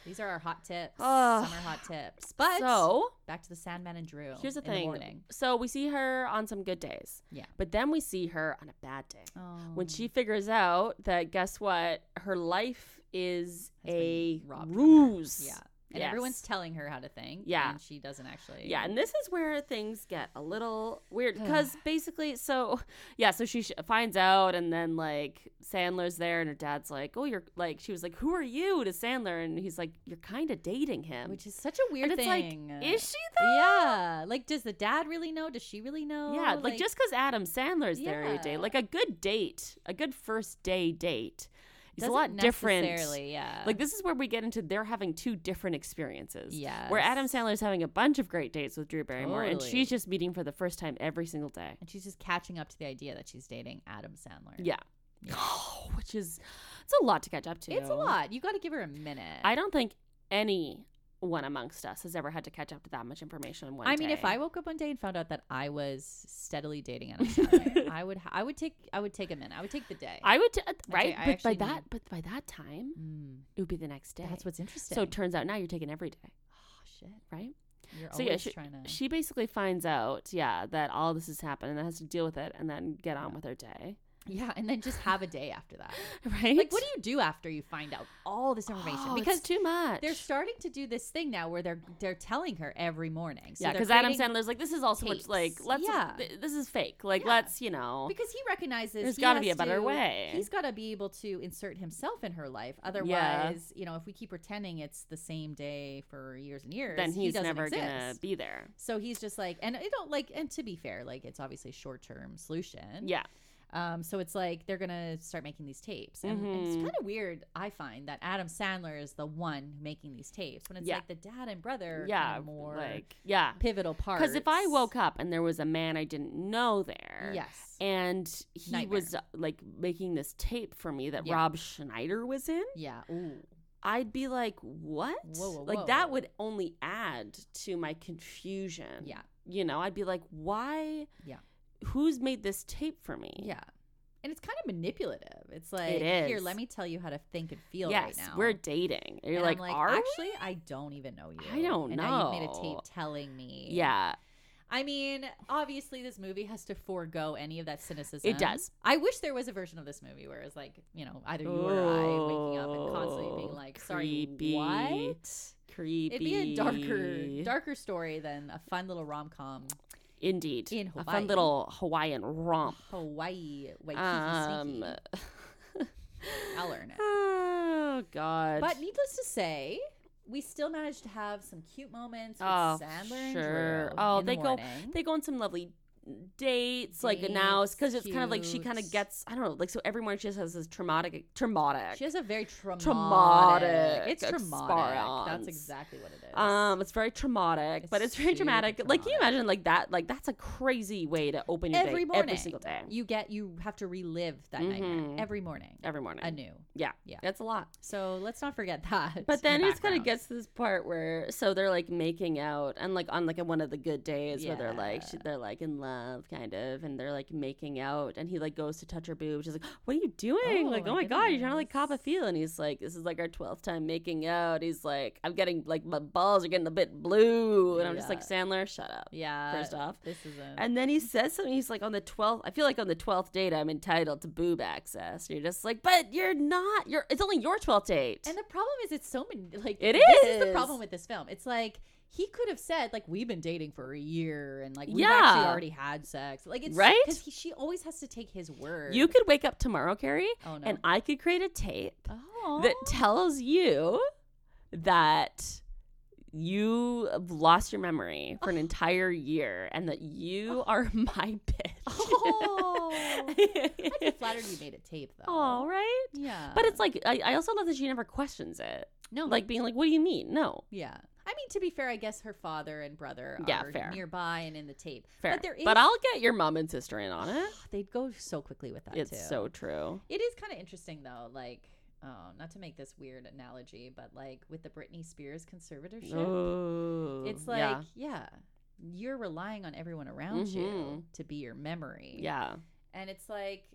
These are our hot tips. Ugh. summer hot tips. But so back to the Sandman and Drew. here's the in thing. morning. so we see her on some good days. Yeah. But then we see her on a bad day. Oh. When she figures out that, guess what? Her life is Has a been robbed from her. ruse. Yeah. And everyone's Yes. telling her how to think. Yeah. And she doesn't actually. Yeah, and this is where things get a little *sighs* weird because basically, so yeah, so she sh- finds out, and then like Sandler's there, and her dad's like, "Oh, you're like," she was like, "Who are you?" to Sandler, and he's like, "You're kind of dating him," Which is such a weird and it's thing. like, is she though? Yeah. Like, does the dad really know? Does she really know? Yeah, like, just because Adam Sandler's there every day, Oh, Yeah. like a good date, a good first day date, is a doesn't lot different. necessarily, Yeah. Like this is where we get into they're having two different experiences. Where Yes. Adam Sandler's having a bunch of great dates with Drew Barrymore and Totally. she's just meeting for the first time every single day. And she's just catching up to the idea that she's dating Adam Sandler. Yeah. *gasps* Oh, which is it's a lot to catch up to. It's a lot. You got to give her a minute. I don't think any one amongst us has ever had to catch up to that much information in one I mean, if day. I woke up one day and found out that I was *laughs* steadily dating on a Saturday, I would, I would take, I would take a minute. I would take the day. I would t- uh, say, right, I but by actually that, need- but by that time, it would be the next day. That's what's So interesting. it turns out now you're taking every day, oh shit! right? You're so always yeah, she, trying to. she basically finds out, yeah, that all this has happened and has to deal with it, and then get on with her day, yeah, and then just have a day after that. right? Like, what do you do after you find out all this information? Oh, it's because too much. they're starting to do this thing now where they're they're telling her every morning. So yeah, because because Adam Sandler's like, this is also much tapes. like, let's, Yeah. th- this is fake. Like, Yeah. let's, you know, because he recognizes There's he gotta be has a better to- way. He's got to be able to insert himself in her life. Otherwise, you know, if we keep pretending it's the same day for years and years, then he he's doesn't never exist. gonna be there. So he's just like, and you know, like, and to be fair, like it's obviously a short-term solution. Yeah, Um, so it's like they're gonna start making these tapes, and, and Mm-hmm. it's kind of weird. I find that Adam Sandler is the one making these tapes when it's Yeah. like the dad and brother. are yeah, kinda more like, yeah, pivotal part. Because if I woke up and there was a man I didn't know there, Yes. and he Nightmare. was uh, like making this tape for me that Yeah. Rob Schneider was in, yeah, ooh, I'd be like, "What?" Mm. Whoa, whoa, like that whoa. would only add to my confusion. Yeah. you know, I'd be like, "Why? Yeah. who's made this tape for me?" yeah, and it's kind of manipulative. It's like here, is. let me tell you how to think and feel yes, right now. we're dating. And you're like, And I'm like "Are we?" actually, I don't even know you. I don't and Now you've made a tape know." telling me. Yeah, I mean, obviously, this movie has to forego any of that cynicism. It does. I wish there was a version of this movie where it's like, you know, either you or I waking up and constantly being Oh, like, "Sorry, creepy. what?" creepy. It'd be a darker, darker story than a fun little rom com. indeed. in a Hawaii. fun little Hawaiian *laughs* romp. Hawaii, Waikiki, Um, sneaky. I'll learn it. *laughs* oh God! But needless to say, we still managed to have some cute moments with Sandler and Drew. Oh, in the they go morning. they go on some lovely dates, like now Dates, because it's kind of like she kind of cute. gets I don't know like so every morning she just has this traumatic traumatic. She has a very traumatic. Traumatic It's traumatic. experience. That's exactly what it is. um, it's very traumatic, but It's it's very super dramatic. Like, can you traumatic. imagine like that? Like, that's a crazy way to open your day every morning, every single day, you get you have to relive that nightmare Mhm. every morning, every morning. anew. yeah, Yeah. that's a lot. So let's not forget *laughs* that. But then he's it's kind of gets to this part where so they're like making out and like on like one of the good days where they're like she, they're like in love kind of and they're like making out and he like goes to touch her boob she's like what are you doing Oh, like my oh my god you're trying to like cop a feel and he's like this is like our twelfth time making out he's like I'm getting like my balls are getting a bit blue and I'm just like Sandler shut up Yeah. first off this isn't. and then he says something. He's like, on the 12th, I feel like on the 12th date, I'm entitled to boob access. You're just like, but you're not. You're. It's only your 12th date. And the problem is, it's so many. Like It this is. the is. problem with this film. It's like he could have said, like, we've been dating for a year, and like, we've Yeah. actually already had sex. Like, it's Right? because she always has to take his word. You could wake up tomorrow, Carrie, Oh, no. and I could create a tape oh, that tells you that you lost your memory *sighs* for an entire year and that you are *laughs* my Oh. bitch. I'd *laughs* be flattered you made a tape though. All right. Yeah. But it's like, I, I also love that she never questions it. no, Like, being like, what do you mean? No. yeah. I mean, to be fair, I guess her father and brother Yeah, are fair. nearby and in the tape. Fair. But there is. But I'll get your mom and sister in on it. They'd go so quickly with *sighs* that It's too. so true. It is kind of interesting though. Like, oh, not to make this weird analogy, but like with the Britney Spears conservatorship, Oh, it's like yeah. yeah. you're relying on everyone around you Mhm. to be your memory. yeah. And it's like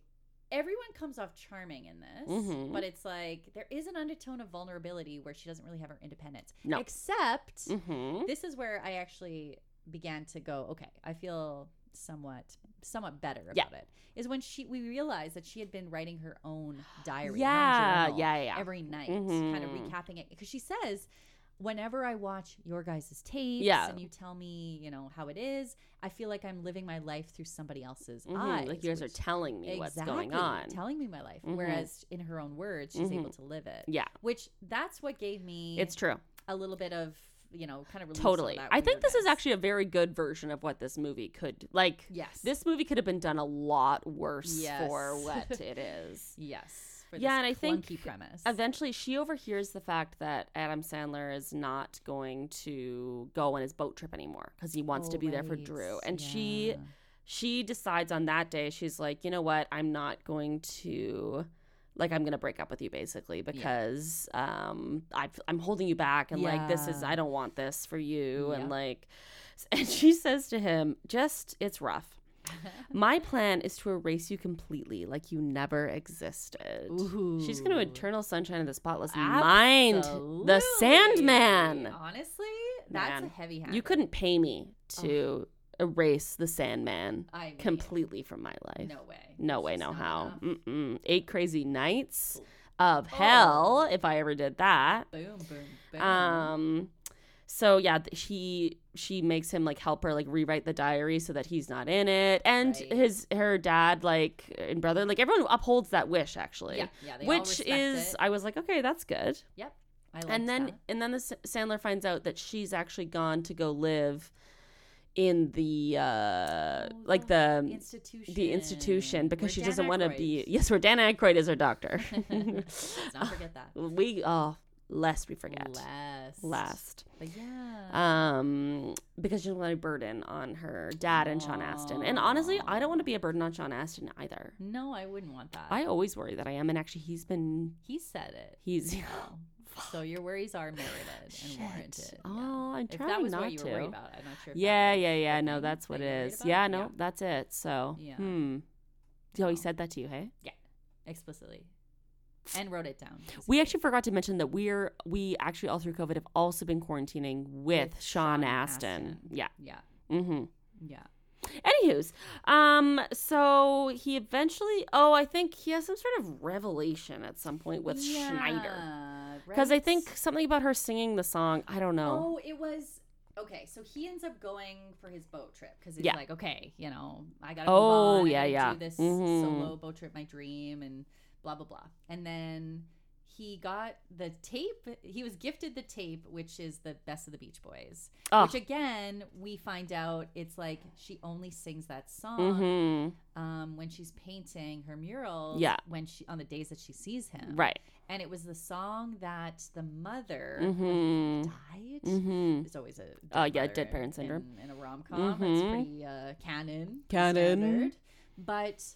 everyone comes off charming in this, Mhm. but it's like there is an undertone of vulnerability where she doesn't really have her independence. No. Except Mm-hmm. this is where I actually began to go, okay, I feel somewhat somewhat better Yeah. about it. Is when she we realized that she had been writing her *gasps* own diary. her Yeah, journal yeah, yeah. Every night, kind of Mhm. recapping it. Because she says Whenever I watch your guys' tapes Yeah. and you tell me, you know, how it is, I feel like I'm living my life through somebody else's eyes. Mhm. Like, you guys are which- telling me what's going Exactly, on. telling me my life. Mhm. Whereas in her own words, she's able to live it. Yeah. Which that's what gave me It's true. a little bit of you know kind of relief from Totally. that I think this is weirdness. actually a very good version of what this movie could like. Yes. This movie could have been done a lot worse for Yes. *laughs* what it is. yes. For Yeah, this and I think clunky premise. Eventually, she overhears the fact that Adam Sandler is not going to go on his boat trip anymore because he wants to Oh, be there for right. Drew, and she Yeah. she decides on that day she's like, you know what, I'm not going to like I'm gonna break up with you basically because um I've, I'm holding you back and like this is Yeah. I don't want this for you Yeah. and like *laughs* and she says to him just it's rough. My plan is to erase you completely, like you never existed. She's going to eternal sunshine of the spotless mind, the Sandman. Honestly, Oh, that's Man, a heavy hand. You couldn't pay me to erase the Sandman I mean, completely from my life. No way. No It's way, just no not how. enough. Oh. Mm-mm. Eight crazy nights of hell if I ever did that. Boom, boom, boom. Um so yeah, th- she she makes him like help her like rewrite the diary so that he's not in it. And Right. his her dad like and brother like everyone upholds that wish actually. Yeah, yeah, they all which respect is it. I was like, okay, that's good yep. I liked and then that. and then the S- Sandler finds out that she's actually gone to go live in the uh Oh, like the institution. the institution because Where she Dan doesn't want to Aykroyd- be yes where Dan Aykroyd is her *laughs* doctor. *laughs* Let's not forget that. we oh lest we forget Last. last But yeah. um because she doesn't want to be a burden on her dad and Sean Astin and honestly I don't want to be a burden on Sean Astin either. no, I wouldn't want that. I always worry that I am and actually he's been he said it. he's *laughs* Oh. so your worries are merited *sighs* and warranted. yeah. oh I'm If trying that was not what you to were worried about, I'm not sure. if that Yeah, was yeah, the yeah. No, thing that's what that you were it worried is. about. Yeah, no, that's it. So, Yeah. hmm. Oh, he said that to you, hey? explicitly, and wrote it down. basically. We actually forgot to mention that we're we actually all through COVID have also been quarantining with, Sean, Astin. Yeah. Yeah. Mm-hmm. Yeah. Anywho's, um, so he eventually. Oh, I think he has some sort of revelation at some point with Schneider because I right? think something about her singing the song. I don't know. Oh, it was okay. So he ends up going for his boat trip because he's Yeah. like, okay, you know, I gotta. Oh, move on. I yeah, gotta yeah. Do this Mhm. solo boat trip, my dream, and blah blah blah. And then he got the tape. He was gifted the tape, which is the best of the Beach Boys. Oh. Which again, we find out it's like she only sings that song hmm um, when she's painting her murals. Yeah. When she on the days that she sees him. Right. And it was the song that the mother I think, Mhm. died. Mm-hmm. It's always a Oh, yeah, mother dead parent in- syndrome. in, in a rom com. It's Mhm. pretty uh, canon, Canon. standard. But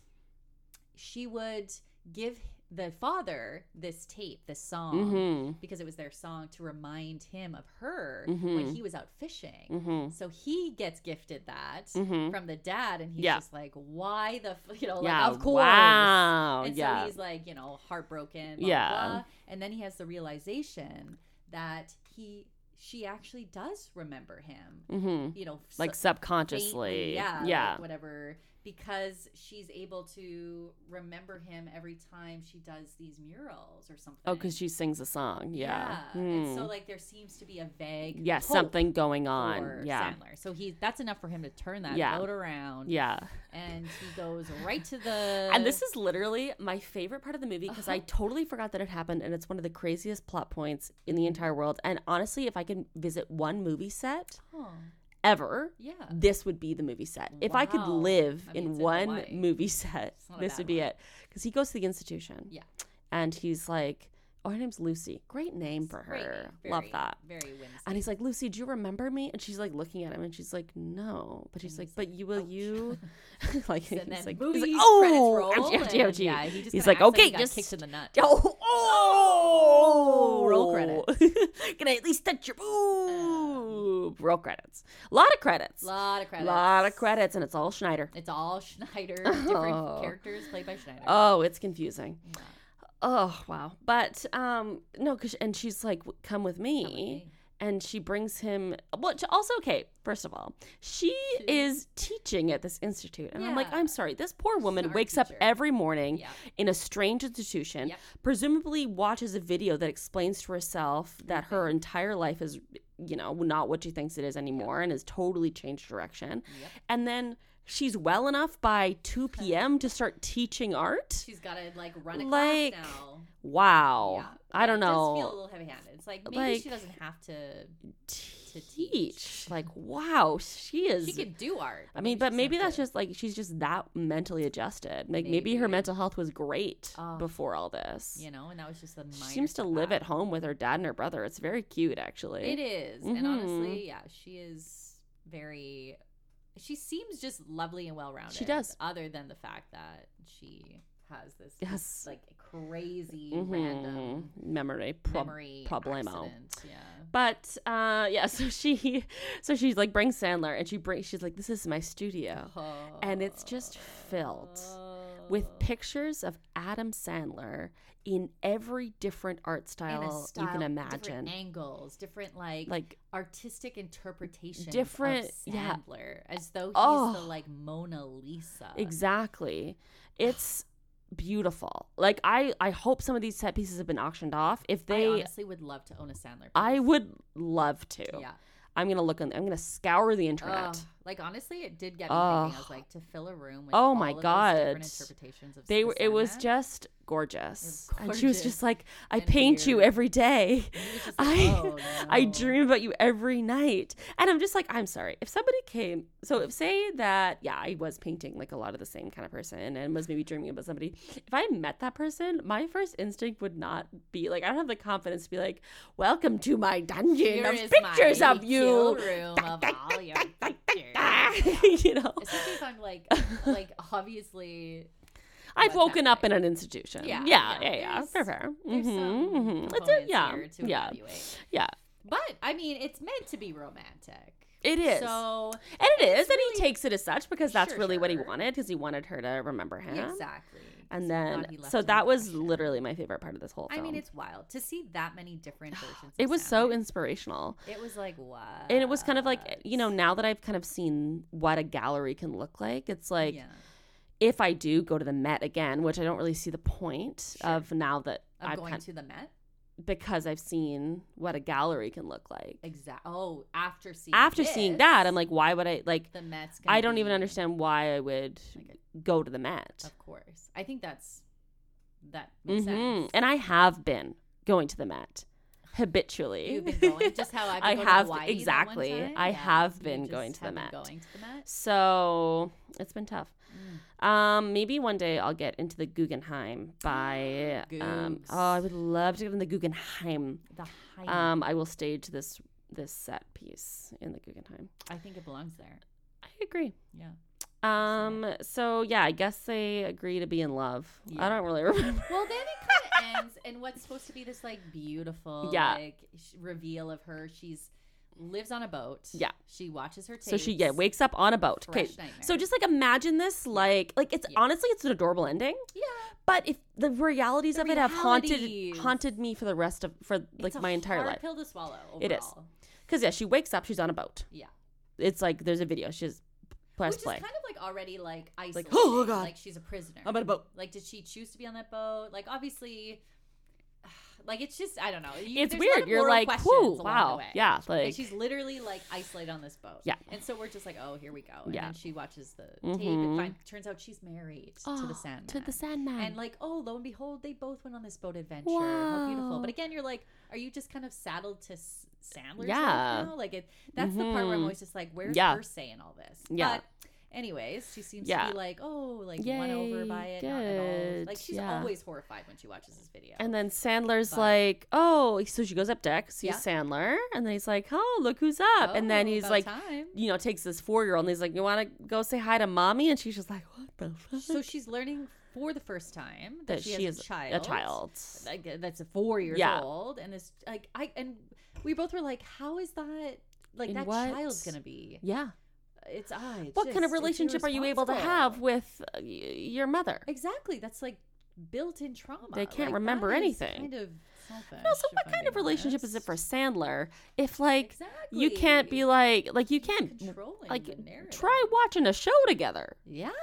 she would give the father this tape, this song, Mhm. because it was their song to remind him of her Mhm. when he was out fishing. Mm-hmm. So he gets gifted that Mhm. from the dad, and he's Yeah. just like, "Why the f-? *laughs* you know, Yeah, like, of course." wow, And yeah. so he's like, you know, heartbroken. Blah, yeah. Yeah. Blah, blah. And then he has the realization that he, she actually does remember him. Mm-hmm. You know, Like so- faintly, subconsciously. yeah, like Yeah. whatever. Because she's able to remember him every time she does these murals or something. Oh, because she sings a song. Yeah. And so, Hmm. like, there seems to be a vague yeah, hope something going for on. Yeah. Sandler. So he that's enough for him to turn that Yeah. boat around. Yeah. And he goes right to the And this is literally my favorite part of the movie because I Uh-huh. totally forgot that it happened. And it's one of the craziest plot points in the entire world. And honestly, if I could visit one movie set oh, ever, yeah. this would be the movie set. If I could Wow. live I mean, in it's in one Hawaii. movie set, not a this bad would be one. it. Because he goes to the institution. Yeah. And he's like, oh, her name's Lucy. Great name for Great her. name. Love Very- that. Very whimsy. And he's like, Lucy, do you remember me? And she's like looking at him and she's like, no. But she's like, but you will *laughs* you? *laughs* like, he's and then like, movie he's like, credits oh, roll, ouchie, ouchie, and ouchie. yeah, he just he's like, kinda acts like he okay, got just kicked in the nut. *laughs* Oh, oh, roll Uh, credits. *laughs* Can I at least touch your boob? roll credits. A lot of credits. lot of credits. lot of credits, and it's all Schneider. It's all Schneider, *laughs* different Oh. characters played by Schneider. Oh, it's confusing. Oh wow, but um, no, cause and she's like, "W- come with me, me. and she brings him. Which also, okay, first of all, she is teaching at this institute, and I'm like, Yeah. I'm sorry, this poor woman art wakes up teacher. every morning Yeah. in a strange institution, Yep. presumably watches a video that explains to herself that her Mm-hmm. entire life is, you know, not what she thinks it is anymore, and has totally changed direction, and then. She's well enough by 2 p.m. to start teaching art. She's gotta like run a Like, class now. Wow. Yeah. I don't know. It does feel a little heavy handed. It's like maybe Like- she doesn't have to to teach. Like, wow, she is. she can do art. I mean, but she maybe doesn't have that's to- just like she's just that mentally adjusted. Like, maybe, her Maybe. mental health was great Oh. before all this. you know, and that was just the minor she seems to live setback. at home with her dad and her brother. It's very cute, actually. It is. And Mhm. honestly, yeah, she is very she seems just lovely and well rounded. does. Other than the fact that she has this Yes. like crazy Mhm. random memory, pro- memory problemo. accident. Yeah. But uh, yeah, *laughs* so she, so she's like brings Sandler, and she brings. She's like, "This is my studio," and it's just filled Oh. with pictures of Adam Sandler in every different art And a style, you style, can different imagine. angles, different like Like- artistic interpretation, Different- of yeah. Sandler, as though he's the Oh. like Mona Lisa. Exactly, it's beautiful. Like I, I hope some of these set pieces have been auctioned off. If I they, honestly would love to own a Sandler. I, piece. would love to. Yeah. Oh, I'm gonna look on. I'm gonna scour the internet. Ugh. Um, like honestly, it did get me thinking. I was Ugh. like to fill a room. With oh all my of these god different interpretations of they the were it was Sandman. just gorgeous. It was and she was gorgeous just like i and paint you weird. every day just like, i "Oh, *laughs* i no." dream about you every night and i'm just like i'm sorry if somebody came so if say that yeah i was painting like a lot of the same kind of person and was maybe dreaming about somebody if i met that person my first instinct would not be like i don't have the confidence to be like welcome to my dungeon Here of is pictures my of you cute room of *laughs* all your pictures. you know Especially if I'm *laughs* like, like obviously, I've But woken that up in an institution. Yeah, Yeah, yeah, yeah, yeah. there's- Fair, fair. there's Mhm, some mhm. It's a components yeah, here to yeah, evaluate. yeah. But I mean, it's meant to be romantic. It is, So and it is, and he takes it as such because that's Sure, really what he sure. wanted because he wanted her to remember him. exactly. And 'Cause if not, then, he left so an that was impression. literally my favorite part of this whole I film. mean, it's wild to see that *sighs* many different versions. it of was so Sandler. inspirational, It was like wow. and it was kind of like eh, you know now that I've kind of seen what a gallery can look like, it's like yeah. if I do go to the Met again, which I don't really see the point Sure. of now that I'm I've going kind to the Met. because I've seen what a gallery can look like. Exact. Oh, after seeing after seeing this, that, I'm like, why would I like? the Met's. Gonna I don't even be- understand why I would Like go to the Met. Of course, I think that's that makes hmm sense. And I have been going to the Met habitually. You've been going just how *laughs* I've been I going to have Hawaii that one exactly. time. I Yeah, have you been just going to the have been Met. Going to the *laughs* Met. So it's been tough. Mm. Um, maybe one day I'll get into the *gasps* Guggenheim by um, Googs. oh, I would love to get in the Guggenheim. The height. Um, I will stage this this set piece in the Guggenheim. I think it belongs there. I agree. Yeah. Um. So yeah, I guess they agree to be in love. Yeah. I don't really *laughs* remember. Well, then it *laughs* kind of ends in what's supposed to be this like beautiful Yeah. like sh- reveal of her. She's lives on a boat. Yeah. She watches her tapes. so she yeah wakes up on a boat. Okay. Fresh nightmare. So just like imagine this like like it's Yeah. honestly it's an adorable ending. Yeah. But if the realities The of it have haunted realities. haunted me for the rest of for like It's a my entire hard life. pill to swallow. Overall. It is. Because yeah, she wakes up, she's on a boat. Yeah. It's like there's a video. She just press Which play. is kind of like already like *gasps* isolated. oh, God. Like she's a prisoner. I'm on a boat. Like did she choose to be on that boat? Like obviously. *sighs* Like it's just I don't know. You- it's there's a lot weird. of You're moral like, questions whoo, along the wow, way. yeah, and like she's literally like isolated on this boat. Yeah. And so we're just like, oh, here we go. And Yeah. Mm-hmm. then she watches the tape and find, turns out she's married to the Sandman. Oh, to the Sandman. And like, oh, lo and behold, they both went on this boat adventure. How beautiful. But Wow. again, you're like, are you just kind of saddled to S- Sandler's Yeah. Mm-hmm. life now? Like, it, that's the part where I'm always just like, where's Yeah. her say in all this? Yeah. But anyways, she seems to Yeah. be like, oh, like won over Yay, by it. Not at all. good, Like, she's yeah. always horrified when she watches this video. And then Sandler's But- like, oh, so she goes up deck, sees Yeah. Sandler, and then he's like, oh, look who's up. and then Oh, he's about like, time. you know, takes this four year old and he's like, you want to go say hi to mommy? And she's just like, what the fuck? so she's learning for the first time that, she, has is a child. A child. like uh, that's four years Yeah. old, and this like I and we both were like, how is that like In that what- child's gonna be? *laughs* yeah. It's I. it's What kind just- of it's relationship are you able to irresponsible. have with uh, y- your mother? Exactly, that's like built-in trauma. They can't Like, remember that is anything. Kind of selfish. And also, if what I'm kind being of relationship is it honest. for Sandler if, like, you can't be like, like, you can't, controlling the like, narrative. try watching a show together?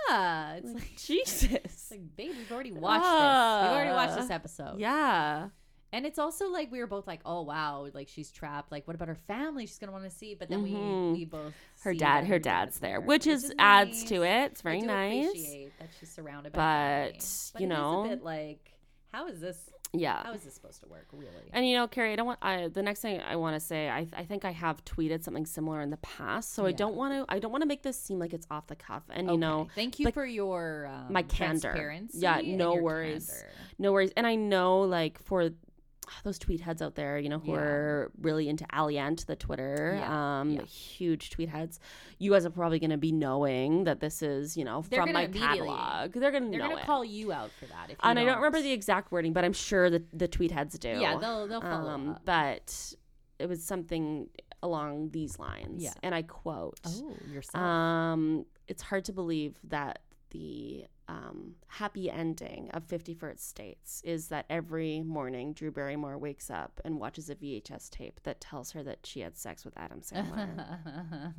Yeah, *laughs* it's like *laughs* It's Jesus. like, babe, we've already watched this. We've already watched this Uh, episode. yeah. And it's also like we were both like, oh wow, like she's trapped. Like, what about her family? She's gonna want to see. But then Mhm. we we both her see dad that her dad's there which, is, nice. adds to it it's very I do nice Appreciate that she's surrounded by. But, family. you it is know- a bit like how is this? yeah How is this supposed to work? Really? and you know carrie i don't want I, the next thing i want to say I, I think i have tweeted something similar in the past so i Yeah. don't want to i don't want to make this seem like it's off the cuff and you Okay. know thank you like, for your um, my candor transparency yeah and no your worries candor. no worries and i know like for *sighs* those tweet heads out there, you know, who are really into Alliant, the Twitter, um, huge tweet heads. You guys are probably going to be knowing that this is, you know, They're from my gonna immediately- catalog. They're going to They're know gonna it. call you out for that. If you and I don't remember the exact wording, but I'm sure the the tweet heads do. Um, Yeah, they'll- they'll follow up. But it was something along these lines. Yeah. and I quote. Oh, yourself. Um, it's hard to believe that the um, happy ending of 51st States is that every morning Drew Barrymore wakes up and watches a VHS tape that tells her that she had sex with Adam *laughs* Sandler.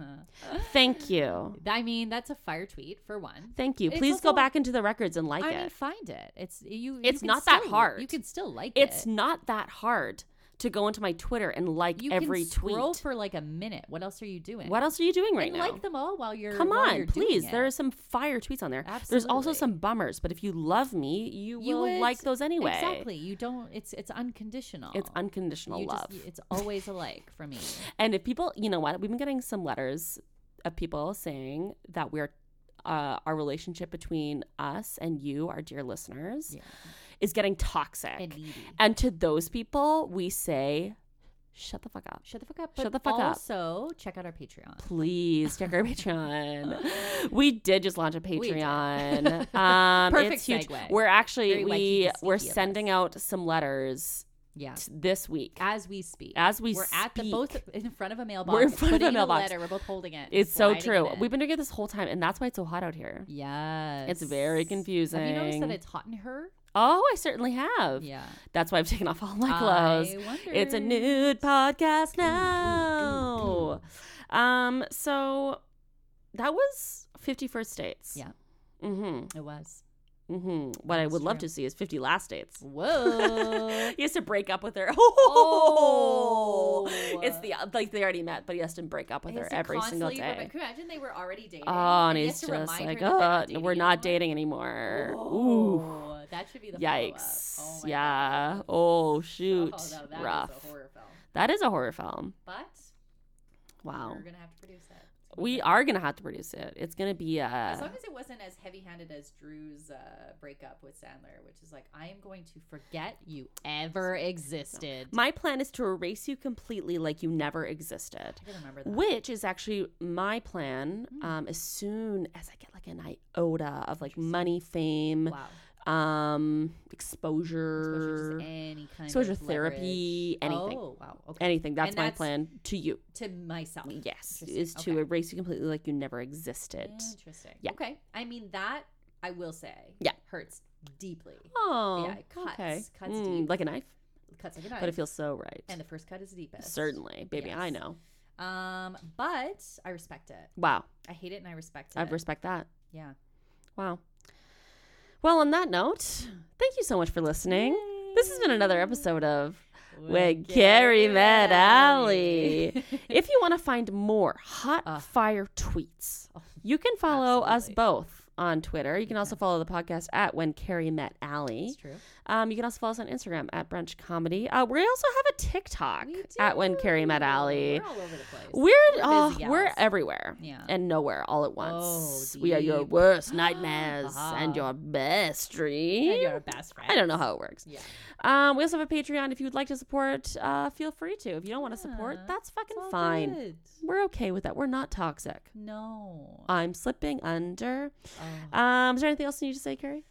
Thank you. I mean, that's a fire tweet for one. Thank you. It's Please go also- back into the records and like I it. mean, find it. It's you. you It's can not that still- hard. You can still like it. it's not that hard to go into my Twitter and like you every can scroll tweet. for like a minute. What else are you doing? What else are you doing right and now? like them all while you're Come while on, you're doing please. it. There are some fire tweets on there. There's also Absolutely. some bummers, but if you love me, you, You will would- like those anyway. Exactly. You don't. It's it's unconditional. It's unconditional You love. just- it's always a like *laughs* for me. and if people, you know what, we've been getting some letters of people saying that we're uh, our relationship between us and you, our dear listeners, is getting toxic. And needy. And to those people, we say, shut the fuck up. Shut the fuck up. Shut but the fuck up. Also, check out our Patreon. please check our *laughs* Patreon. *laughs* We did just launch a We did. *laughs* Patreon. Um, Perfect it's huge. segue. We're actually Very we wacky to we're sneaky of sending us. out some letters Yeah. t- this week. As we speak. As we We're at the both speak. in front of a mailbox. We're in front of putting a in mailbox. letter. We're both holding it. It's so sliding it true. in. We've been doing it this whole time, and that's why it's so hot out here. Yes. It's very confusing. Have you noticed that it's hot in her? Oh, I certainly have. Yeah. That's why I've taken off all my I clothes. It's a wondered. nude podcast now. Um, so that was 51st States. Yeah. Mm-hmm. It was. hmm What I would love to see is 50 last dates. *laughs* Whoa. *laughs* He has to break up with her. *laughs* Oh. It's the like they already met, but he has to break up with He her has to every single constantly remember- day. Can you imagine they were already dating? Oh, and he he's has to just remind like, her that they're oh, dating we're not anymore? dating anymore. Ooh, Oh, that should be the follow-up. yikes! Oh my yeah. God. Oh shoot, Oh, no, that is rough. a horror film. that is a horror film. But Wow. Oh. we're gonna have to produce it. We are gonna have to produce it. It's gonna be uh, As long a. as it wasn't as heavy-handed as Drew's uh, breakup with Sandler, which is like, I am going to forget you ever existed. My plan is to erase you completely, like you never existed. I remember that. Mm. which is actually my plan um, as soon as i get like an iota of like money fame wow. um Exposure, exposure just any kind exposure of therapy, leverage. anything. Oh wow. Okay. anything that's And my plan to you to myself. yes Interesting. is to Okay. Mm. erase you completely like you never existed Interesting. Yeah. Okay. I mean that I will say. Yeah. Hurts deeply. oh Yeah, it cuts- okay cuts Mm, deep. like a knife Cuts like a knife. but it feels so right And the first cut is the deepest. certainly baby i Yes. know Um, but I respect it. wow I hate it and I respect it. i respect that yeah. Wow. Well, on that note, thank you so much for listening. This has been another episode of When Carrie Met Allie. if you want to find more hot fire tweets, Oh, you can follow us both on Twitter. You can also follow the podcast at When Carrie Met Allie. It's true. Um, you can also follow us on Instagram at Brunch Comedy. Uh, we also have a TikTok at When Carrie Met Allie. We're all over the place. We're uh, busy we're gals. everywhere Yeah. and nowhere all at once. Oh, we are your deep. *gasps* worst nightmares and Uh-huh. your best dreams. and you're a best friend. I don't know how it works. Yeah. Um, we also have a Patreon. If you would like to support, uh, feel free to. If you don't want to support, Yeah, that's fucking It's all fine. good. We're okay with that. We're not toxic. No. I'm slipping under. Oh. Um, is there anything else you need to say, Carrie?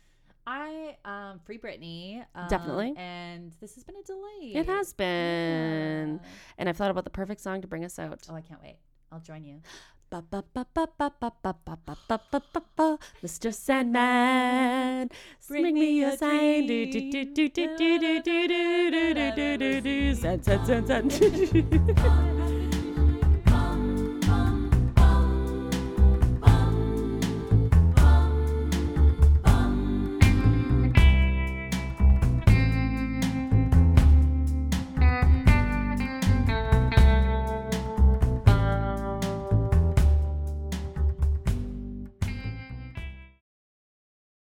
I um free Britney. um, Definitely. And this has been a delay. It has been, Yeah. and I've thought about the perfect song to bring us out. Oh, I can't wait. I'll join you. Ba- ba- ba- ba- ba- ba- ba- ba- ba- ba- ba- ba- ba. Mr. Sandman, bring me a sign. Do- do- do- do- do- do- do- do- do- do- do- do- do- do- do- Sand, sand, sand, sand.